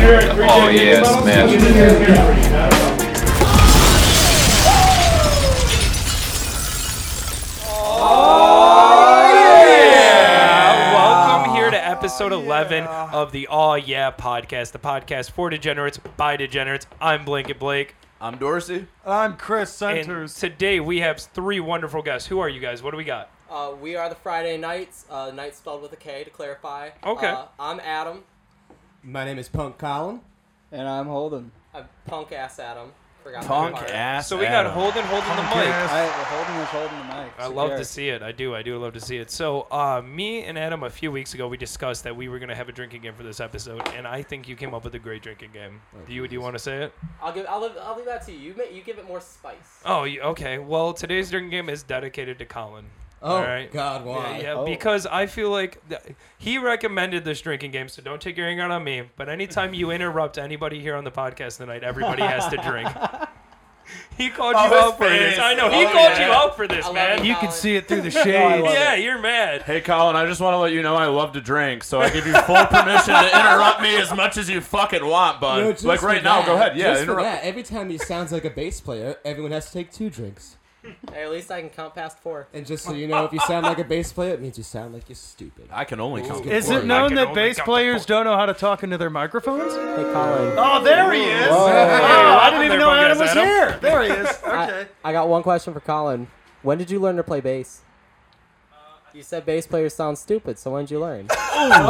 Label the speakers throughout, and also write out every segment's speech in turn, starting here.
Speaker 1: Oh, yeah, smash.
Speaker 2: Uh, Welcome here to episode 11 of the Aw Yeah podcast, the podcast for degenerates by degenerates. I'm Blanket Blake.
Speaker 1: I'm Dorsey.
Speaker 3: I'm Chris
Speaker 2: And
Speaker 3: Centers.
Speaker 2: today we have three wonderful guests. Who are you guys? What do we got?
Speaker 4: Uh, we are the Friday Nights. Uh, nights spelled with a K to clarify.
Speaker 2: Okay.
Speaker 4: Uh, I'm Adam.
Speaker 5: My name is Punk Colin.
Speaker 6: And I'm Holden.
Speaker 4: I'm punk ass Adam. Forgot that
Speaker 1: Punk
Speaker 4: part.
Speaker 1: ass.
Speaker 2: So we got
Speaker 1: Adam.
Speaker 2: Holden holding the
Speaker 3: Punk
Speaker 2: mic.
Speaker 3: ass.
Speaker 6: I, Holden is holding the mic.
Speaker 2: I love to see it. I do. I do love to see it. So, uh, me and Adam a few weeks ago we discussed that we were gonna have a drinking game for this episode, and I think you came up with a great drinking game. do you do you want to say it?
Speaker 4: I'll give. I'll leave, I'll leave that to you. You, ma- you give it more spice.
Speaker 2: Oh, you, okay. Well, today's drinking game is dedicated to Colin.
Speaker 5: Oh
Speaker 2: All right.
Speaker 5: God, why?
Speaker 2: Yeah, yeah,
Speaker 6: Oh.
Speaker 2: because I feel like th- he recommended this drinking game, so don't take your anger out on me. But anytime you interrupt anybody here on the podcast tonight, everybody has to drink. He called you
Speaker 1: his
Speaker 2: out for this.
Speaker 1: face.
Speaker 2: I know he
Speaker 4: Oh,
Speaker 2: called
Speaker 4: yeah.
Speaker 2: you out for
Speaker 4: I
Speaker 2: this,
Speaker 4: love
Speaker 2: man.
Speaker 4: it.
Speaker 3: You
Speaker 4: Colin.
Speaker 3: can see it through the
Speaker 6: I love
Speaker 3: shade.
Speaker 6: it.
Speaker 2: yeah, you're mad.
Speaker 1: Hey, Colin, I just want to let you know I love to drink, so I give you full permission to interrupt me as much as you fucking want, bud.
Speaker 5: No, just
Speaker 1: like
Speaker 5: for
Speaker 1: right now,
Speaker 5: that-
Speaker 1: go ahead. Yeah,
Speaker 5: just for
Speaker 1: interrupt.
Speaker 5: that, every time he sounds like a bass player, everyone has to take two drinks.
Speaker 4: Hey, at least I can count past four.
Speaker 5: And just so you know, if you sound like a bass player, it means you sound like you're stupid.
Speaker 1: I can only count.
Speaker 3: Is
Speaker 5: I
Speaker 3: it
Speaker 5: can
Speaker 3: known that
Speaker 2: only
Speaker 3: bass
Speaker 2: count to
Speaker 3: players
Speaker 2: four.
Speaker 3: don't know how to talk into their microphones?
Speaker 5: Hey, Colin.
Speaker 3: Oh, there he is.
Speaker 2: welcome
Speaker 3: I didn't
Speaker 2: there,
Speaker 3: even know
Speaker 2: punk
Speaker 3: Adam
Speaker 2: ass
Speaker 3: was
Speaker 2: Adam.
Speaker 3: here. There he is.
Speaker 4: I,
Speaker 3: Okay.
Speaker 4: I got one question for Colin. When did you learn to play bass? You said bass players sound stupid, so when did you learn?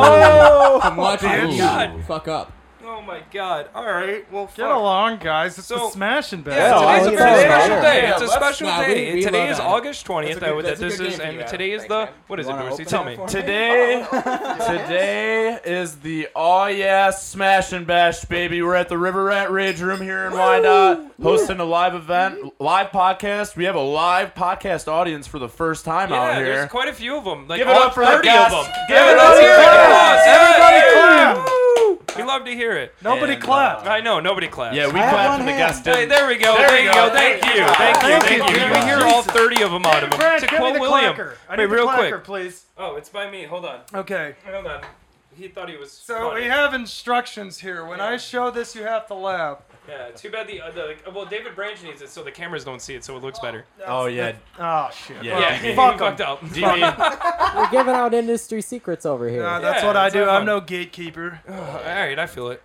Speaker 5: I'm watching you
Speaker 2: God.
Speaker 5: fuck up.
Speaker 2: Oh my god. All right. Well,
Speaker 3: Get
Speaker 2: fuck.
Speaker 3: along, guys. It's
Speaker 2: So-
Speaker 3: a smashing band.
Speaker 2: Yeah,
Speaker 6: Yeah,
Speaker 2: today's a
Speaker 6: it's
Speaker 2: very
Speaker 6: all
Speaker 2: special
Speaker 6: right.
Speaker 2: day.
Speaker 1: Yeah,
Speaker 2: it's a
Speaker 1: let's-
Speaker 2: special
Speaker 5: nah, we-
Speaker 2: day.
Speaker 5: we
Speaker 2: today
Speaker 5: love
Speaker 2: is
Speaker 5: that.
Speaker 2: August 20th.
Speaker 5: That's a good-
Speaker 2: uh, that
Speaker 5: that's a
Speaker 2: this
Speaker 5: good
Speaker 2: is,
Speaker 5: game for
Speaker 2: and
Speaker 5: you, Adam.
Speaker 2: today is
Speaker 4: Thanks,
Speaker 2: the
Speaker 4: man.
Speaker 2: what is
Speaker 6: You
Speaker 2: it,
Speaker 6: wanna
Speaker 2: Dorsey?
Speaker 6: open
Speaker 2: Tell
Speaker 6: it
Speaker 2: me.
Speaker 6: for
Speaker 5: Oh,
Speaker 1: Today, today is the all yeah smash and bash baby. We're at the River Rat Ridge Room here in Wyandotte, hosting a live event,
Speaker 5: Mm-hmm.
Speaker 1: live podcast. We have a live podcast audience for the first time
Speaker 2: Yeah,
Speaker 1: out here.
Speaker 2: there's quite a few of them. Like
Speaker 1: Give it
Speaker 2: all
Speaker 1: up for that
Speaker 2: 30
Speaker 1: guy.
Speaker 2: of them.
Speaker 1: Give it up
Speaker 2: Let's
Speaker 1: for
Speaker 2: hear it.
Speaker 1: that
Speaker 2: Yes,
Speaker 3: Everybody
Speaker 2: yes,
Speaker 3: clap.
Speaker 2: yes. We love to hear it.
Speaker 3: Nobody
Speaker 1: And,
Speaker 3: clapped.
Speaker 2: I know nobody claps.
Speaker 1: Yeah, we
Speaker 6: Clap
Speaker 1: clapped
Speaker 6: one
Speaker 1: and the
Speaker 6: hand.
Speaker 1: guests
Speaker 2: Hey,
Speaker 1: did.
Speaker 2: there we go.
Speaker 1: There
Speaker 2: There,
Speaker 1: we
Speaker 2: you
Speaker 1: go.
Speaker 2: go. Thank you. Thank you.
Speaker 3: Thank
Speaker 2: Thank
Speaker 3: you.
Speaker 2: you. We hear all 30 of them out of them.
Speaker 3: Brad,
Speaker 2: To
Speaker 3: give me
Speaker 2: quote
Speaker 3: the
Speaker 2: William.
Speaker 3: clacker. I
Speaker 2: Wait,
Speaker 3: need the
Speaker 2: real
Speaker 3: clacker,
Speaker 2: quick.
Speaker 3: please.
Speaker 2: Oh, it's by me. Hold on.
Speaker 3: Okay.
Speaker 2: Hold on. He thought he was.
Speaker 3: So we
Speaker 2: funny.
Speaker 3: have instructions here. When I show this, you have to laugh.
Speaker 2: Yeah, too bad the, uh, the well David Branch needs it so the cameras don't see it so it looks better.
Speaker 1: Oh yeah,
Speaker 3: Oh shit.
Speaker 1: Yeah.
Speaker 3: Well,
Speaker 2: Yeah, he
Speaker 3: fuck 'em.
Speaker 2: fucked up.
Speaker 4: We're giving out industry secrets over here.
Speaker 3: Uh, that's
Speaker 2: Yeah,
Speaker 3: what I
Speaker 2: it's
Speaker 3: do.
Speaker 2: not
Speaker 3: I'm
Speaker 2: fun.
Speaker 3: no gatekeeper.
Speaker 2: all right, I feel it.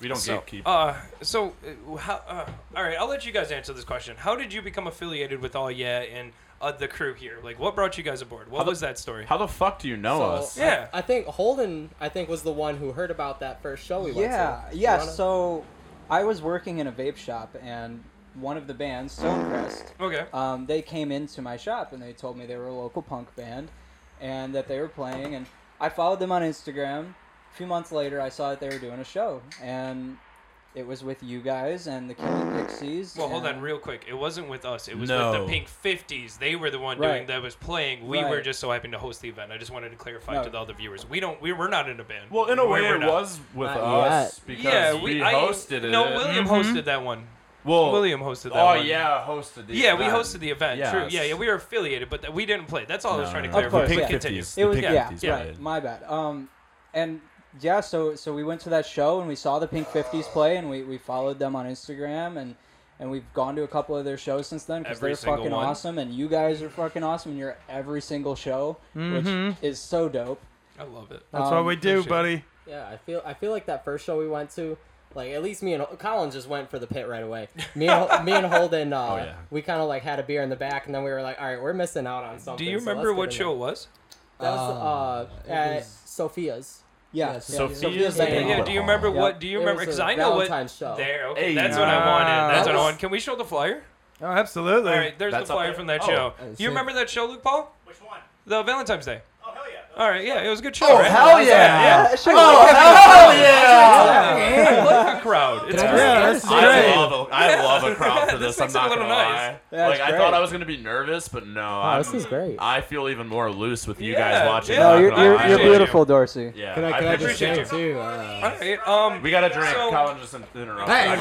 Speaker 1: we don't
Speaker 2: So,
Speaker 1: gatekeep.
Speaker 2: uh, so uh, how? Uh, all right, I'll let you guys answer this question. How did you become affiliated with All Yeah and uh, the crew here? Like, what brought you guys aboard? What
Speaker 1: How the-
Speaker 2: was that story?
Speaker 1: How the fuck do you know
Speaker 4: So,
Speaker 1: Oh, us?
Speaker 4: I-
Speaker 2: Yeah.
Speaker 4: I, think Holden, I think, was the one who heard about that first show we went to.
Speaker 6: Yeah,
Speaker 4: You
Speaker 6: yeah.
Speaker 4: wanna-
Speaker 6: So I was working in a vape shop, and one of the bands, Stonecrest,
Speaker 2: Okay.
Speaker 1: Uh,
Speaker 6: um, they came into my shop and they told me they were a local punk band, and that they were playing. And I followed them on Instagram. A few months later, I saw that they were doing a show, and it was with you guys and the Killing Pixies.
Speaker 2: Well, hold on,
Speaker 6: and-
Speaker 2: real quick. It wasn't with us. It was with
Speaker 1: No.
Speaker 2: the Pink Fifties. They were the one doing
Speaker 6: Right.
Speaker 2: that was playing. We were
Speaker 6: Right.
Speaker 2: just so happy to host the event. I just wanted to clarify
Speaker 6: No.
Speaker 2: to the other viewers. We don't. We were not in a band.
Speaker 1: well, in a
Speaker 2: We
Speaker 1: way,
Speaker 2: were
Speaker 1: it
Speaker 2: not.
Speaker 1: was with
Speaker 5: Not
Speaker 1: us because
Speaker 2: Yeah,
Speaker 1: we,
Speaker 2: we I-
Speaker 1: hosted it.
Speaker 2: No, William
Speaker 3: Mhm.
Speaker 2: hosted that one.
Speaker 1: Well,
Speaker 2: William hosted that
Speaker 1: Oh
Speaker 2: one.
Speaker 1: yeah, hosted the.
Speaker 2: Yeah, we
Speaker 1: event.
Speaker 2: hosted the event. True. Yeah,
Speaker 1: Yes.
Speaker 2: yeah, we were affiliated, but th- we didn't play. That's all I was
Speaker 1: No,
Speaker 2: trying to
Speaker 1: no, no.
Speaker 6: Of
Speaker 2: clarify.
Speaker 6: course,
Speaker 2: Please
Speaker 6: yeah.
Speaker 2: continue.
Speaker 6: It was
Speaker 1: Pink
Speaker 6: yeah,
Speaker 1: 50s
Speaker 6: yeah.
Speaker 1: played.
Speaker 6: My bad. Um, and yeah, so so we went to that show and we saw the Pink Fifties play and we, we followed them on Instagram and and we've gone to a couple of their shows since then because
Speaker 2: Every
Speaker 6: they're
Speaker 2: single
Speaker 6: fucking
Speaker 2: one.
Speaker 6: awesome and you guys are fucking awesome and you're at every single show, which
Speaker 4: Mm-hmm.
Speaker 6: is so dope.
Speaker 2: I love it.
Speaker 3: That's
Speaker 6: Um,
Speaker 3: what we do,
Speaker 2: appreciate it.
Speaker 3: buddy.
Speaker 4: Yeah, I feel I feel like that first show we went to, like at least me and Colin just went for the pit right away. Me and me and Holden, uh,
Speaker 1: Oh, yeah.
Speaker 4: we kind of like had a beer in the back, and then we were like, all right, we're missing out on something.
Speaker 2: Do you
Speaker 4: so let's
Speaker 2: remember
Speaker 4: get
Speaker 2: what
Speaker 4: in
Speaker 2: show Um, it was?
Speaker 4: there. That
Speaker 5: Um,
Speaker 4: was uh,
Speaker 5: It
Speaker 4: at
Speaker 5: was-
Speaker 4: Sophia's.
Speaker 6: Yeah,
Speaker 5: Yeah,
Speaker 6: yeah
Speaker 5: Sophia's
Speaker 6: Sophia's
Speaker 4: Banquet
Speaker 2: Yeah,
Speaker 6: Banquet
Speaker 4: Hall.
Speaker 6: Hall.
Speaker 2: do you remember
Speaker 6: Yeah.
Speaker 2: what? Do you
Speaker 4: It
Speaker 2: remember?
Speaker 4: was a
Speaker 2: Because I know what.
Speaker 4: Valentine's show.
Speaker 2: There. Okay.
Speaker 1: Hey,
Speaker 2: that's what I
Speaker 3: uh,
Speaker 2: wanted. That's
Speaker 4: that
Speaker 2: what I
Speaker 4: was-
Speaker 2: wanted. Can we show the flyer?
Speaker 3: Oh, absolutely.
Speaker 2: All right. There's
Speaker 1: That's
Speaker 2: the
Speaker 1: up
Speaker 2: flyer
Speaker 1: there?
Speaker 2: from that
Speaker 1: Oh,
Speaker 2: show.
Speaker 5: I see.
Speaker 2: You remember that show, Luke Paul? Which one? The Valentine's Day.
Speaker 7: Oh hell yeah!
Speaker 2: All right. Yeah, it was a good show. right?
Speaker 1: Oh, yeah! Oh,
Speaker 6: Yeah, sure.
Speaker 1: hell yeah!
Speaker 2: Yeah. I like the crowd. It's
Speaker 5: Did I
Speaker 2: great.
Speaker 5: just-
Speaker 3: Yeah, this is
Speaker 5: I
Speaker 3: great.
Speaker 1: I love a, I love a crowd for
Speaker 2: This
Speaker 1: this.
Speaker 2: makes it
Speaker 1: I'm
Speaker 2: a
Speaker 1: not
Speaker 2: little
Speaker 1: gonna
Speaker 2: nice.
Speaker 1: lie.
Speaker 6: That's
Speaker 1: like I
Speaker 6: great.
Speaker 1: thought I was gonna be nervous, but no.
Speaker 4: Oh,
Speaker 1: I'm,
Speaker 4: this is great.
Speaker 1: I feel even more loose with you
Speaker 2: Yeah,
Speaker 1: guys watching.
Speaker 2: yeah.
Speaker 6: No,
Speaker 1: I'm
Speaker 6: you're,
Speaker 1: not
Speaker 6: you're,
Speaker 1: gonna
Speaker 6: you're
Speaker 1: lie.
Speaker 6: beautiful, Dorsey.
Speaker 1: Yeah,
Speaker 5: Can I, can I, just
Speaker 2: appreciate
Speaker 5: say
Speaker 2: you.
Speaker 5: too? Uh,
Speaker 2: All right. Um.
Speaker 1: We got a drink.
Speaker 2: So-
Speaker 1: Colin just in- interrupted.
Speaker 5: hey,
Speaker 1: I-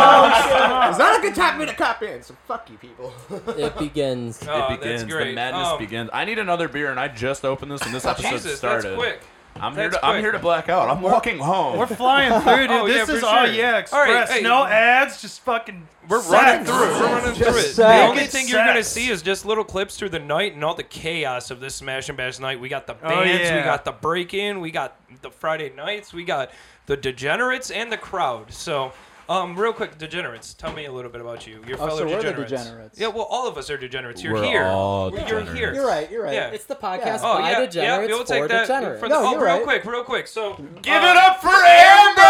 Speaker 5: it's not a good time for me to cop in, so fuck you people.
Speaker 4: It begins.
Speaker 2: Oh,
Speaker 1: it begins.
Speaker 2: That's great.
Speaker 1: The madness
Speaker 2: Um, Oh,
Speaker 1: begins. I need another beer, and I just opened this, and this episode
Speaker 2: Jesus,
Speaker 1: started.
Speaker 2: that's quick.
Speaker 1: I'm here.
Speaker 2: That's
Speaker 1: To, I'm
Speaker 2: quick.
Speaker 1: here to black out. I'm walking home.
Speaker 3: We're flying through, dude.
Speaker 2: Oh, yeah,
Speaker 3: this
Speaker 2: for
Speaker 3: is all
Speaker 2: sure.
Speaker 3: yeah
Speaker 2: All right,
Speaker 3: express.
Speaker 2: hey.
Speaker 3: No ads, just fucking.
Speaker 2: We're running
Speaker 3: sex.
Speaker 2: through. it. We're running
Speaker 6: Just
Speaker 2: through it. The
Speaker 6: sex.
Speaker 2: only
Speaker 3: It's
Speaker 2: thing you're gonna
Speaker 3: sex.
Speaker 2: see is just little clips through the night and all the chaos of this Smash and Bash night. We got the
Speaker 3: Oh,
Speaker 2: bands, we
Speaker 3: yeah.
Speaker 2: got the break in, we got the Friday nights, we got the degenerates and the crowd. So, um, real quick, degenerates. Tell me a little bit about you. Your
Speaker 6: Oh,
Speaker 2: fellow
Speaker 6: so we're the
Speaker 2: degenerates.
Speaker 6: degenerates.
Speaker 2: Yeah, well, all of us are degenerates. You're
Speaker 1: We're
Speaker 2: here.
Speaker 1: all
Speaker 2: You're
Speaker 1: degenerates.
Speaker 2: here.
Speaker 6: You're right. You're right.
Speaker 2: Yeah.
Speaker 4: It's the podcast
Speaker 2: Oh
Speaker 4: by
Speaker 2: yeah, yeah,
Speaker 4: degenerates
Speaker 2: we'll
Speaker 4: for
Speaker 2: take that
Speaker 4: degenerates.
Speaker 2: for the.
Speaker 6: No,
Speaker 2: oh,
Speaker 6: you're
Speaker 2: real
Speaker 6: right.
Speaker 2: quick, real quick. So,
Speaker 1: Give
Speaker 2: uh,
Speaker 1: it up for Amber!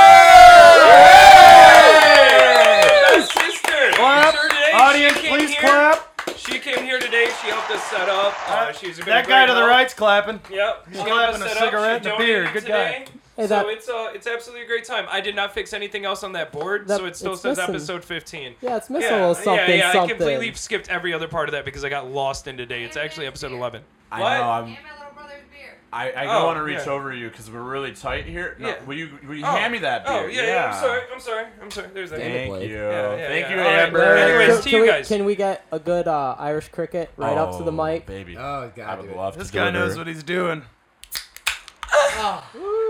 Speaker 2: my sister.
Speaker 3: Clap.
Speaker 2: Sure today, she
Speaker 3: Audience,
Speaker 2: came
Speaker 3: please
Speaker 2: here.
Speaker 3: clap.
Speaker 2: She came here today. She helped us set up.
Speaker 3: Oh,
Speaker 2: Uh, she's been a
Speaker 3: That
Speaker 2: great
Speaker 3: guy to the
Speaker 2: help.
Speaker 3: right's clapping.
Speaker 2: Yep. She helped us
Speaker 3: clapping a
Speaker 2: set up.
Speaker 3: cigarette
Speaker 2: She
Speaker 3: and a beer.
Speaker 2: donated
Speaker 3: Good
Speaker 2: today.
Speaker 3: guy.
Speaker 4: Hey,
Speaker 2: so
Speaker 4: that-
Speaker 2: it's uh, it's absolutely a great time. I did not fix anything else on that board,
Speaker 4: That-
Speaker 2: so it still
Speaker 4: it's
Speaker 2: says
Speaker 4: missing.
Speaker 2: episode 15.
Speaker 4: Yeah, it's missing a
Speaker 2: Yeah,
Speaker 4: little something.
Speaker 2: yeah, yeah. I
Speaker 4: something.
Speaker 2: completely skipped every other part of that because I got lost in today. It's actually episode 11.
Speaker 1: I
Speaker 2: What?
Speaker 1: know. I'm,
Speaker 7: And my little brother's beer.
Speaker 1: I, I
Speaker 2: Oh,
Speaker 1: want to reach
Speaker 2: yeah.
Speaker 1: over you because we're really tight here. No,
Speaker 2: Yeah.
Speaker 1: Will you, will you
Speaker 2: Oh.
Speaker 1: hand me that beer?
Speaker 2: Oh, yeah, yeah, I'm sorry. I'm sorry. I'm sorry. There's that.
Speaker 4: Damn.
Speaker 1: Thank
Speaker 4: Blade.
Speaker 1: you.
Speaker 2: Yeah, yeah,
Speaker 1: Thank
Speaker 2: yeah.
Speaker 1: you,
Speaker 2: All right,
Speaker 1: Amber.
Speaker 2: anyways,
Speaker 4: So
Speaker 2: to
Speaker 4: can
Speaker 2: you
Speaker 4: we,
Speaker 2: guys.
Speaker 4: Can we get a good uh, Irish cricket right up to the
Speaker 1: Oh,
Speaker 4: mic?
Speaker 1: baby.
Speaker 5: Oh, God.
Speaker 1: I would
Speaker 5: dude.
Speaker 1: love to
Speaker 3: This guy
Speaker 1: deliver.
Speaker 3: knows what he's doing.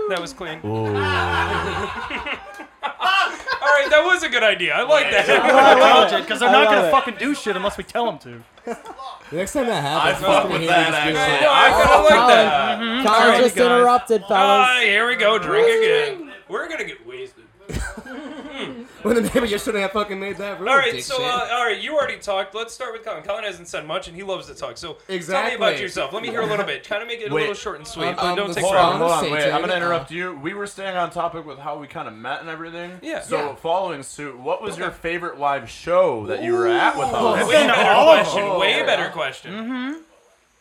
Speaker 2: That was clean. All
Speaker 1: Ooh.
Speaker 2: right, that was a good idea. I like that.
Speaker 3: I told you, because they're
Speaker 6: I
Speaker 3: not
Speaker 6: love
Speaker 3: gonna
Speaker 6: it.
Speaker 3: fucking do shit unless we tell them to.
Speaker 5: The next time that
Speaker 1: I
Speaker 5: happens,
Speaker 1: fuck with that
Speaker 5: actually.
Speaker 1: actually.
Speaker 2: No, I kinda like that.
Speaker 4: Colin
Speaker 2: Alright,
Speaker 4: just
Speaker 2: guys.
Speaker 4: interrupted, fellas.
Speaker 2: Ah, here we go. Drink again. We're gonna get wasted.
Speaker 5: When the neighbor you shouldn't have fucking made that rule.
Speaker 2: All right,
Speaker 5: dick
Speaker 2: so
Speaker 5: shit.
Speaker 2: uh, all right, you already talked. Let's start with Colin. Colin hasn't said much, and he loves to talk. So
Speaker 5: Exactly.
Speaker 2: tell me about yourself. Let me hear a little bit. Kind of make it a
Speaker 1: Wait.
Speaker 2: little short and sweet,
Speaker 5: Um,
Speaker 2: but
Speaker 5: um,
Speaker 2: don't
Speaker 5: the
Speaker 2: take
Speaker 1: Hold
Speaker 5: Sorry,
Speaker 1: on,
Speaker 2: forever.
Speaker 5: I'm
Speaker 1: hold on,
Speaker 5: saying
Speaker 1: wait.
Speaker 5: to
Speaker 1: I'm gonna
Speaker 5: you, uh,
Speaker 1: interrupt you. We were staying on topic with how we kind of met and everything.
Speaker 2: Yeah.
Speaker 1: So,
Speaker 5: Yeah.
Speaker 1: following suit, what was your favorite live show that you were at with
Speaker 2: Way
Speaker 1: us?
Speaker 3: Listen,
Speaker 2: better
Speaker 3: all of
Speaker 2: question.
Speaker 5: them. Mm-hmm.
Speaker 2: Way better question.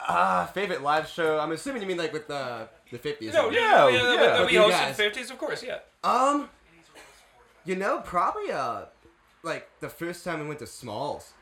Speaker 5: Ah, favorite live show. I'm assuming you mean like with the the 50s.
Speaker 2: No,
Speaker 5: right?
Speaker 2: yeah, yeah,
Speaker 1: yeah,
Speaker 2: that- that
Speaker 1: with
Speaker 2: we
Speaker 5: you
Speaker 2: hosted
Speaker 5: guys.
Speaker 2: fifties, of course, yeah.
Speaker 5: Um, you know, probably uh, like the first time we went to Smalls.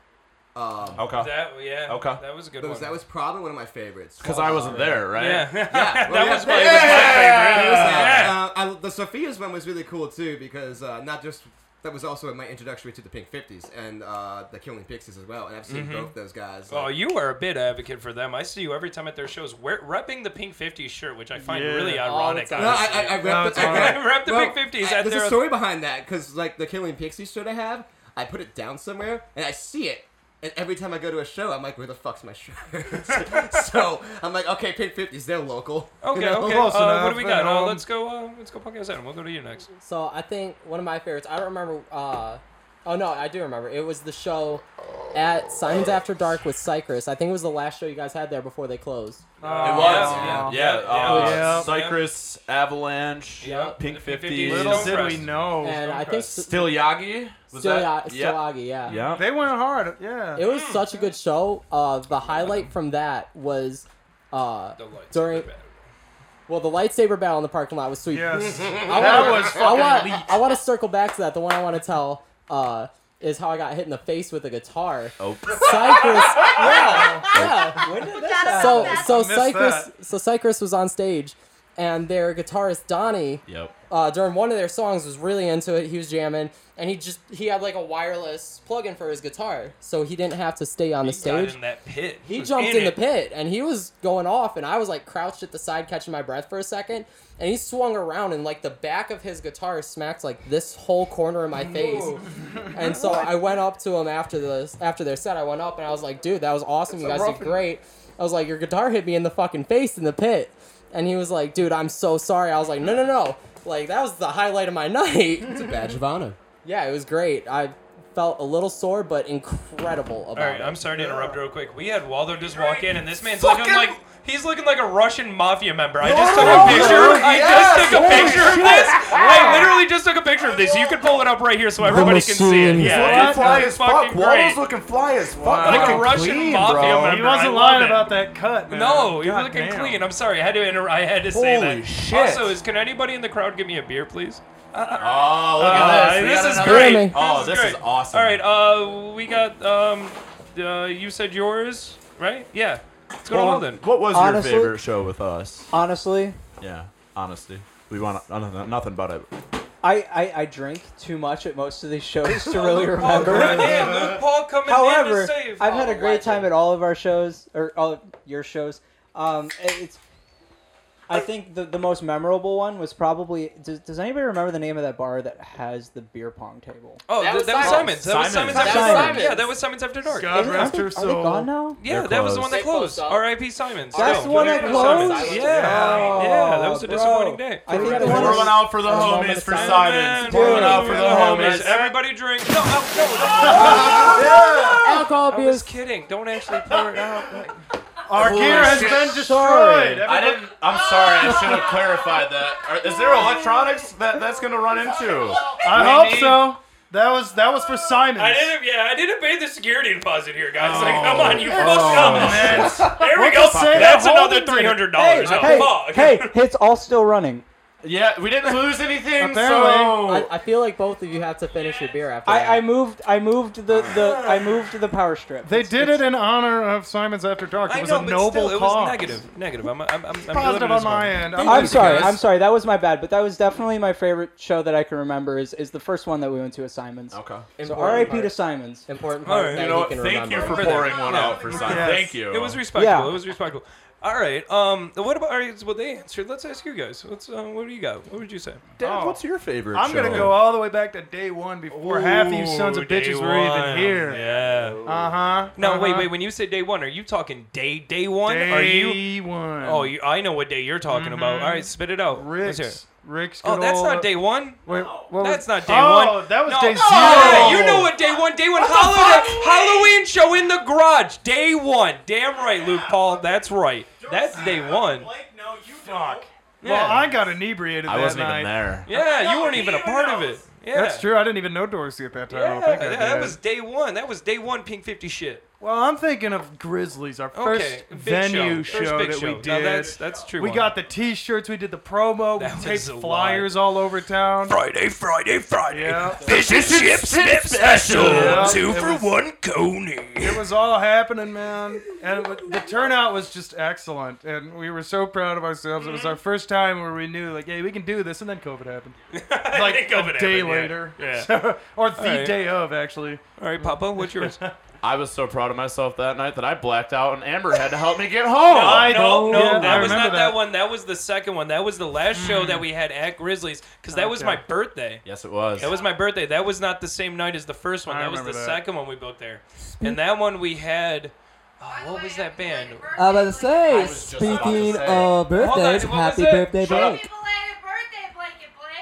Speaker 5: Um,
Speaker 1: Okay.
Speaker 2: That, yeah.
Speaker 1: Okay.
Speaker 2: That was a good
Speaker 5: that was,
Speaker 2: one.
Speaker 5: that was probably one of my favorites.
Speaker 1: Because I wasn't there, right?
Speaker 2: yeah.
Speaker 5: Yeah,
Speaker 2: that
Speaker 5: well,
Speaker 2: was
Speaker 5: yeah.
Speaker 2: my,
Speaker 5: It was that.
Speaker 2: yeah.
Speaker 5: Uh, I, the Sophia's one was really cool too because uh, not just that was also my introductory to the Pink Fifties and uh, the Killing Pixies as well, and I've seen both those guys.
Speaker 2: Mm-hmm. Oh,
Speaker 5: like-
Speaker 2: you are a bit advocate for them. I see you every time at their shows wear, repping the Pink 50 shirt, which I find
Speaker 3: Yeah.
Speaker 2: really
Speaker 4: All the
Speaker 2: ironic.
Speaker 4: time.
Speaker 5: no, I,
Speaker 2: honestly.
Speaker 5: I, I repped
Speaker 3: No, it's
Speaker 5: the, I
Speaker 3: all
Speaker 2: right.
Speaker 5: repped-
Speaker 2: Repped the
Speaker 5: well,
Speaker 2: Pink 50s
Speaker 5: I-
Speaker 2: at
Speaker 5: There's
Speaker 2: their-
Speaker 5: a story behind that because like the Killing Pixies shirt I have, I put it down somewhere and I see it. And every time I go to a show, I'm like, where the fuck's my shirt? so I'm like, okay, Pink 50s, they're local. you
Speaker 2: Okay,
Speaker 5: know?
Speaker 2: okay. Uh,
Speaker 3: Close
Speaker 2: what
Speaker 3: enough,
Speaker 2: do we got?
Speaker 3: and,
Speaker 2: Uh,
Speaker 3: um,
Speaker 2: let's go. Uh, let's go podcast out, and we'll go to you next.
Speaker 4: So I think one of my favorites. I don't remember. Uh, oh no, I do remember. It was the show at Simons After Dark with Cypress. I think it was the last show you guys had there before they closed.
Speaker 1: It was. Yeah.
Speaker 3: Oh,
Speaker 1: yeah. uh,
Speaker 3: Yeah.
Speaker 1: Cypress, Avalanche,
Speaker 2: Yeah.
Speaker 1: Pink
Speaker 2: The 50s.
Speaker 1: 50s.
Speaker 3: Little
Speaker 2: Stone
Speaker 3: did we
Speaker 2: Crest.
Speaker 3: know.
Speaker 4: and I think
Speaker 2: Stonecrest.
Speaker 4: S-
Speaker 1: Still Yagi? Was
Speaker 4: Still,
Speaker 1: that?
Speaker 4: Still Aggie, yeah.
Speaker 1: Yeah.
Speaker 3: They went hard. Yeah.
Speaker 4: It was such a good show. Uh, the highlight from that was, uh,
Speaker 2: The lights.
Speaker 4: During-
Speaker 2: They're bad.
Speaker 4: well, the lightsaber battle in the parking lot was sweet.
Speaker 3: Yes.
Speaker 4: I
Speaker 3: That
Speaker 4: wanna-
Speaker 3: was
Speaker 4: I want,
Speaker 3: fucking elite.
Speaker 4: I want to circle back to that. The one I want to tell uh, is how I got hit in the face with a guitar.
Speaker 1: Oh.
Speaker 4: Cypress, yeah, yeah.
Speaker 6: When did that
Speaker 7: Shout out
Speaker 4: So,
Speaker 7: to that.
Speaker 4: so
Speaker 3: Oh. I missed
Speaker 4: Cypress, so Cypress was on stage, and their guitarist Donnie,
Speaker 1: Yep.
Speaker 4: uh, during one of their songs, was really into it. He was jamming, and he just he had like a wireless plug-in for his guitar, so he didn't have to stay on the
Speaker 2: He got
Speaker 4: stage.
Speaker 2: in that pit.
Speaker 4: He
Speaker 2: was
Speaker 4: jumped in, the
Speaker 2: it.
Speaker 4: pit and he was going off, and I was like crouched at the side catching my breath for a second. And he swung around, and like the back of his guitar smacked like this whole corner of my face. and so I went up to him after the after their set. I went up and I was like, "Dude, that was awesome. you guys did great." I was like, "Your guitar hit me in the fucking face in the pit." And he was like, "Dude, I'm so sorry." I was like, "No, no, no. Like that was the highlight of my night."
Speaker 5: It's a badge of honor.
Speaker 4: yeah, it was great. I felt a little sore, but incredible about
Speaker 2: All right,
Speaker 4: it.
Speaker 2: I'm sorry to interrupt real quick. We had Waldo just walk in, and this man's looking like he's looking like a Russian mafia member. I just took a picture. I just took a picture of this. I literally just took a picture of this. You can pull it up right here so everybody can see it. Yeah,
Speaker 1: Looking
Speaker 2: it's
Speaker 1: fly
Speaker 2: fucking
Speaker 1: as fuck.
Speaker 2: great.
Speaker 1: Waldo's looking fly as fuck.
Speaker 2: Like a
Speaker 1: Looking
Speaker 2: Russian
Speaker 1: clean,
Speaker 2: mafia
Speaker 1: bro.
Speaker 2: member.
Speaker 3: He
Speaker 2: I love
Speaker 3: wasn't lying
Speaker 2: it.
Speaker 3: about that cut. Man.
Speaker 2: No, you're
Speaker 3: God
Speaker 2: looking
Speaker 3: damn.
Speaker 2: clean. I'm sorry, I had to inter- I had to say
Speaker 1: Holy
Speaker 2: that.
Speaker 1: shit.
Speaker 2: Also, is can anybody in the crowd give me a beer, please?
Speaker 1: Oh, look
Speaker 2: Uh,
Speaker 1: at this. We
Speaker 2: this
Speaker 1: got
Speaker 2: is
Speaker 1: another-
Speaker 2: great.
Speaker 4: Jeremy.
Speaker 1: Oh,
Speaker 2: This
Speaker 1: this
Speaker 2: is
Speaker 1: is
Speaker 2: great.
Speaker 1: awesome.
Speaker 2: All right, uh, we got um, uh, you said yours, right? Yeah. Let's go to
Speaker 1: Well,
Speaker 2: Walden.
Speaker 1: What was
Speaker 6: Honestly-
Speaker 1: your favorite show with us?
Speaker 6: Honestly,
Speaker 1: Yeah, honesty. We want uh, nothing, nothing but it.
Speaker 6: I, I I drink too much at most of these shows to really
Speaker 2: Oh,
Speaker 6: remember.
Speaker 2: Damn, Luke Paul coming in
Speaker 6: However,
Speaker 2: to save.
Speaker 6: I've had a great time at all of our shows or all of your shows. Um, it- it's I think the, the most memorable one was probably. Does, does anybody remember the name of that bar that has the beer pong table?
Speaker 2: Oh,
Speaker 4: That
Speaker 2: that,
Speaker 4: was
Speaker 2: that was
Speaker 4: Simon's.
Speaker 2: Simon's. That was
Speaker 1: Simon's.
Speaker 2: Simon's after
Speaker 6: That was
Speaker 2: dark.
Speaker 4: Simon's.
Speaker 2: Yeah, that was Simon's after dark.
Speaker 3: God
Speaker 6: Isn't-
Speaker 3: rest
Speaker 6: aren't
Speaker 3: her
Speaker 6: they- are they
Speaker 3: soul.
Speaker 6: gone now?
Speaker 2: Yeah,
Speaker 1: They're
Speaker 2: that was the one that
Speaker 4: They closed
Speaker 2: closed.
Speaker 4: up.
Speaker 2: R.I.P. Simon's.
Speaker 6: That's
Speaker 2: No,
Speaker 6: the one
Speaker 2: don't
Speaker 6: that
Speaker 2: go to
Speaker 6: closed? Oh,
Speaker 2: Simon's. Yeah,
Speaker 3: Yeah.
Speaker 2: yeah, that was a
Speaker 6: bro.
Speaker 2: disappointing day.
Speaker 6: I
Speaker 1: Pour
Speaker 6: think the one
Speaker 4: Throw
Speaker 1: one
Speaker 6: that's-
Speaker 1: out for the
Speaker 4: Oh,
Speaker 1: homies
Speaker 4: moment
Speaker 1: for
Speaker 4: of silence.
Speaker 1: Simons. Pour one out for the homies.
Speaker 2: Everybody drink. No, oh, no, no.
Speaker 4: Alcohol
Speaker 2: I was
Speaker 4: abuse.
Speaker 2: kidding. Don't actually pour it out.
Speaker 3: Our
Speaker 1: Holy
Speaker 3: gear has
Speaker 1: shit.
Speaker 3: been
Speaker 6: Sorry.
Speaker 3: destroyed.
Speaker 1: I didn't. I'm sorry. I should have clarified that. Are, is there electronics that that's gonna run into?
Speaker 3: I
Speaker 1: We
Speaker 3: hope
Speaker 1: need-
Speaker 3: so. That was that was for Simon.
Speaker 2: I didn't. Yeah, I didn't pay the security deposit here, guys.
Speaker 1: Oh.
Speaker 2: Like, come on, you
Speaker 1: man.
Speaker 2: fucked up. There we go.
Speaker 3: the fuck?
Speaker 2: That's
Speaker 3: That
Speaker 2: another
Speaker 3: Holden did it.
Speaker 2: three hundred
Speaker 6: Hey,
Speaker 2: dollars.
Speaker 6: hey, hey, it's all still running.
Speaker 1: Yeah, we didn't lose anything.
Speaker 4: I,
Speaker 1: So
Speaker 4: I feel like both of you have to finish your beer after that.
Speaker 6: I, I moved I moved the, the I moved the power strip.
Speaker 3: They
Speaker 6: It's-
Speaker 3: did
Speaker 6: it's-
Speaker 3: it in honor of Simon's After Dark. It
Speaker 2: I
Speaker 3: was
Speaker 2: know,
Speaker 3: a
Speaker 2: but
Speaker 3: noble
Speaker 2: still, it
Speaker 3: cause.
Speaker 2: was negative. Negative. I'm, I'm, I'm, I'm
Speaker 3: Positive
Speaker 2: reliving
Speaker 3: on
Speaker 2: this
Speaker 3: my
Speaker 2: one.
Speaker 3: end.
Speaker 6: I'm
Speaker 3: with you
Speaker 6: sorry.
Speaker 3: guys.
Speaker 6: I'm sorry. That was my bad. But that was definitely my favorite show that I can remember. Is is the first one that we went to at Simons.
Speaker 5: Okay.
Speaker 6: So
Speaker 4: Important
Speaker 6: R.I.P. to
Speaker 4: part.
Speaker 6: Simons.
Speaker 4: Important part
Speaker 2: All right.
Speaker 4: that
Speaker 1: you know
Speaker 4: he
Speaker 1: what?
Speaker 4: can
Speaker 1: Thank you
Speaker 4: remember.
Speaker 1: for
Speaker 2: Remember that.
Speaker 1: pouring one out for Simons.
Speaker 3: Yes.
Speaker 1: Thank you.
Speaker 2: It was respectable.
Speaker 6: Yeah.
Speaker 2: It was respectable. All right. Um. What about? All right, well, they answered. Let's ask you guys. What's? Uh, what do you got? What would you say?
Speaker 1: Dad,
Speaker 3: Oh.
Speaker 1: what's your favorite?
Speaker 3: I'm gonna
Speaker 1: show?
Speaker 3: go all the way back to day one before half of you sons of
Speaker 2: Ooh, day
Speaker 3: bitches were even
Speaker 2: one.
Speaker 3: here.
Speaker 2: Yeah.
Speaker 3: Uh huh.
Speaker 2: No, wait, wait. When you say day one, are you talking day day one?
Speaker 3: Day
Speaker 2: Are you?
Speaker 3: one.
Speaker 2: Oh, you, I know what day you're talking about. All right, spit it out. Let's hear it.
Speaker 3: Rick's. Rick's.
Speaker 2: Oh,
Speaker 3: good
Speaker 2: that's
Speaker 3: old-
Speaker 2: not day one.
Speaker 3: Wait, what was-
Speaker 2: That's not day one.
Speaker 3: Oh, that was
Speaker 2: No.
Speaker 3: day zero.
Speaker 2: Yeah, you know what day one, day one holiday, Halloween show in the garage, day one. Damn right, Luke Paul, that's right. That's day one.
Speaker 7: no, you
Speaker 3: Fuck.
Speaker 2: Yeah,
Speaker 3: Well, I got inebriated
Speaker 1: I
Speaker 3: that
Speaker 1: wasn't
Speaker 3: night.
Speaker 1: even there.
Speaker 2: yeah, you weren't even a part of it. Yeah,
Speaker 3: That's true. I didn't even know Doris at that time. I
Speaker 2: Yeah,
Speaker 3: don't think I
Speaker 2: yeah,
Speaker 3: did.
Speaker 2: that was day one. That was day one. Pink Fifty shit.
Speaker 3: well, I'm thinking of Grizzlies, our first
Speaker 2: Okay, big
Speaker 3: venue
Speaker 2: show, first big
Speaker 3: that we
Speaker 2: show.
Speaker 3: did.
Speaker 2: Now that's that's true.
Speaker 3: we
Speaker 2: one.
Speaker 3: got the T-shirts. We did the promo.
Speaker 2: That
Speaker 3: we
Speaker 2: was
Speaker 3: taped
Speaker 2: a lot.
Speaker 3: flyers all over town.
Speaker 2: Friday, Friday, Friday.
Speaker 3: Yeah.
Speaker 2: Fish and chips dip special.
Speaker 3: Yeah, it was-
Speaker 2: one Coney.
Speaker 3: It was all happening, man. And it, wa- the turnout was just excellent. And we were so proud of ourselves. It
Speaker 2: Mm-hmm.
Speaker 3: was our first time where we knew, like, hey, we can do this. And then COVID happened. Like
Speaker 2: COVID
Speaker 3: a day
Speaker 2: happened, yeah.
Speaker 3: later.
Speaker 2: Yeah.
Speaker 3: So- or the
Speaker 2: right.
Speaker 3: day of, actually.
Speaker 2: All right, Papa, what's yours?
Speaker 1: I was so proud of myself that night that I blacked out, and Amber had to help me get
Speaker 2: Oh,
Speaker 1: home.
Speaker 3: I
Speaker 2: no,
Speaker 3: don't-
Speaker 2: no,
Speaker 3: yeah,
Speaker 2: that
Speaker 3: I
Speaker 2: was
Speaker 3: remember
Speaker 2: not that.
Speaker 3: that. Mm.
Speaker 2: one. That was the second one. That was the last show that we had at Grizzlies because that was my
Speaker 3: Okay.
Speaker 2: birthday.
Speaker 1: yes, it was.
Speaker 2: That was my birthday. That was not the same night as the first one.
Speaker 3: I
Speaker 2: that was the
Speaker 3: remember that.
Speaker 2: second one we booked there. And that one we had. Oh, what was that band?
Speaker 7: I
Speaker 8: about to say,
Speaker 1: was just about to
Speaker 8: speaking
Speaker 1: say.
Speaker 8: of birthdays,
Speaker 2: what was
Speaker 8: happy
Speaker 2: it?
Speaker 8: birthday,
Speaker 2: Shut
Speaker 8: Blake.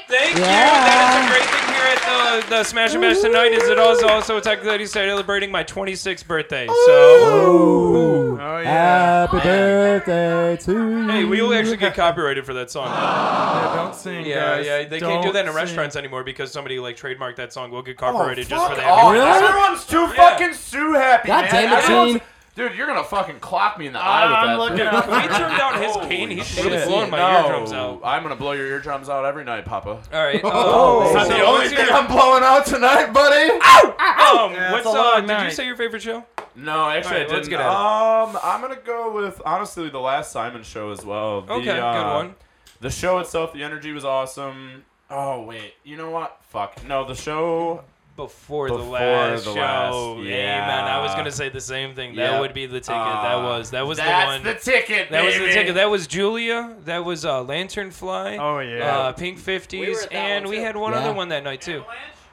Speaker 2: Thank you.
Speaker 8: Yeah.
Speaker 2: That is a great thing here at the, the Smash and Bash tonight. Is it also also technically celebrating my 26th birthday? So
Speaker 8: Ooh.
Speaker 3: Oh, yeah.
Speaker 8: Happy birthday to you.
Speaker 2: hey, we will actually get copyrighted for that song.
Speaker 3: Yeah, don't sing,
Speaker 2: Yeah,
Speaker 3: guys.
Speaker 2: yeah. They can't do
Speaker 3: Don't
Speaker 2: that in
Speaker 3: sing.
Speaker 2: restaurants anymore because somebody like trademarked that song. We'll get copyrighted
Speaker 3: Oh,
Speaker 2: just for
Speaker 1: Fuck
Speaker 2: that.
Speaker 1: off.
Speaker 8: Really?
Speaker 1: Oh, Everyone's too fucking Sue happy.
Speaker 8: God
Speaker 1: man.
Speaker 8: damn it,
Speaker 1: Everyone's-
Speaker 8: Gene.
Speaker 1: Dude, you're gonna fucking clock me in the eye with that.
Speaker 3: I'm
Speaker 1: thing.
Speaker 3: looking
Speaker 2: He
Speaker 3: up.
Speaker 2: turned down his cane. He should have blown my eardrums out.
Speaker 1: I'm gonna blow your eardrums out every night, Papa.
Speaker 2: All right.
Speaker 6: Oh.
Speaker 2: um,
Speaker 1: That's
Speaker 2: so
Speaker 1: the only
Speaker 2: what's your-
Speaker 1: thing I'm blowing out tonight, buddy.
Speaker 2: Um,
Speaker 3: Yeah,
Speaker 2: what's
Speaker 3: it's a long
Speaker 2: uh? Did you
Speaker 3: night.
Speaker 2: say your favorite show?
Speaker 1: No, actually,
Speaker 2: Alright,
Speaker 1: I
Speaker 2: let's
Speaker 1: didn't.
Speaker 2: get at it.
Speaker 1: um, I'm gonna go with honestly the last Simon show as well.
Speaker 2: Okay,
Speaker 1: the, uh,
Speaker 2: good one.
Speaker 1: The show itself, the energy was awesome. Oh wait, you know what? Fuck. No, the show.
Speaker 2: Before, the
Speaker 1: Before
Speaker 2: last
Speaker 1: the
Speaker 2: show.
Speaker 1: last, yeah.
Speaker 2: Amen. I was gonna say the same thing. That
Speaker 1: Yep.
Speaker 2: would be the ticket. that
Speaker 1: Uh,
Speaker 2: was that was the
Speaker 1: that's
Speaker 2: one.
Speaker 1: ticket.
Speaker 2: that was the
Speaker 1: baby.
Speaker 2: ticket. That was Julia. That was uh, Lantern Fly.
Speaker 3: Oh, yeah.
Speaker 2: Uh, Pink
Speaker 4: We were
Speaker 2: Fifties,
Speaker 4: at that
Speaker 2: and
Speaker 4: one,
Speaker 2: we
Speaker 4: too.
Speaker 2: had one
Speaker 8: Yeah.
Speaker 2: other one that night too.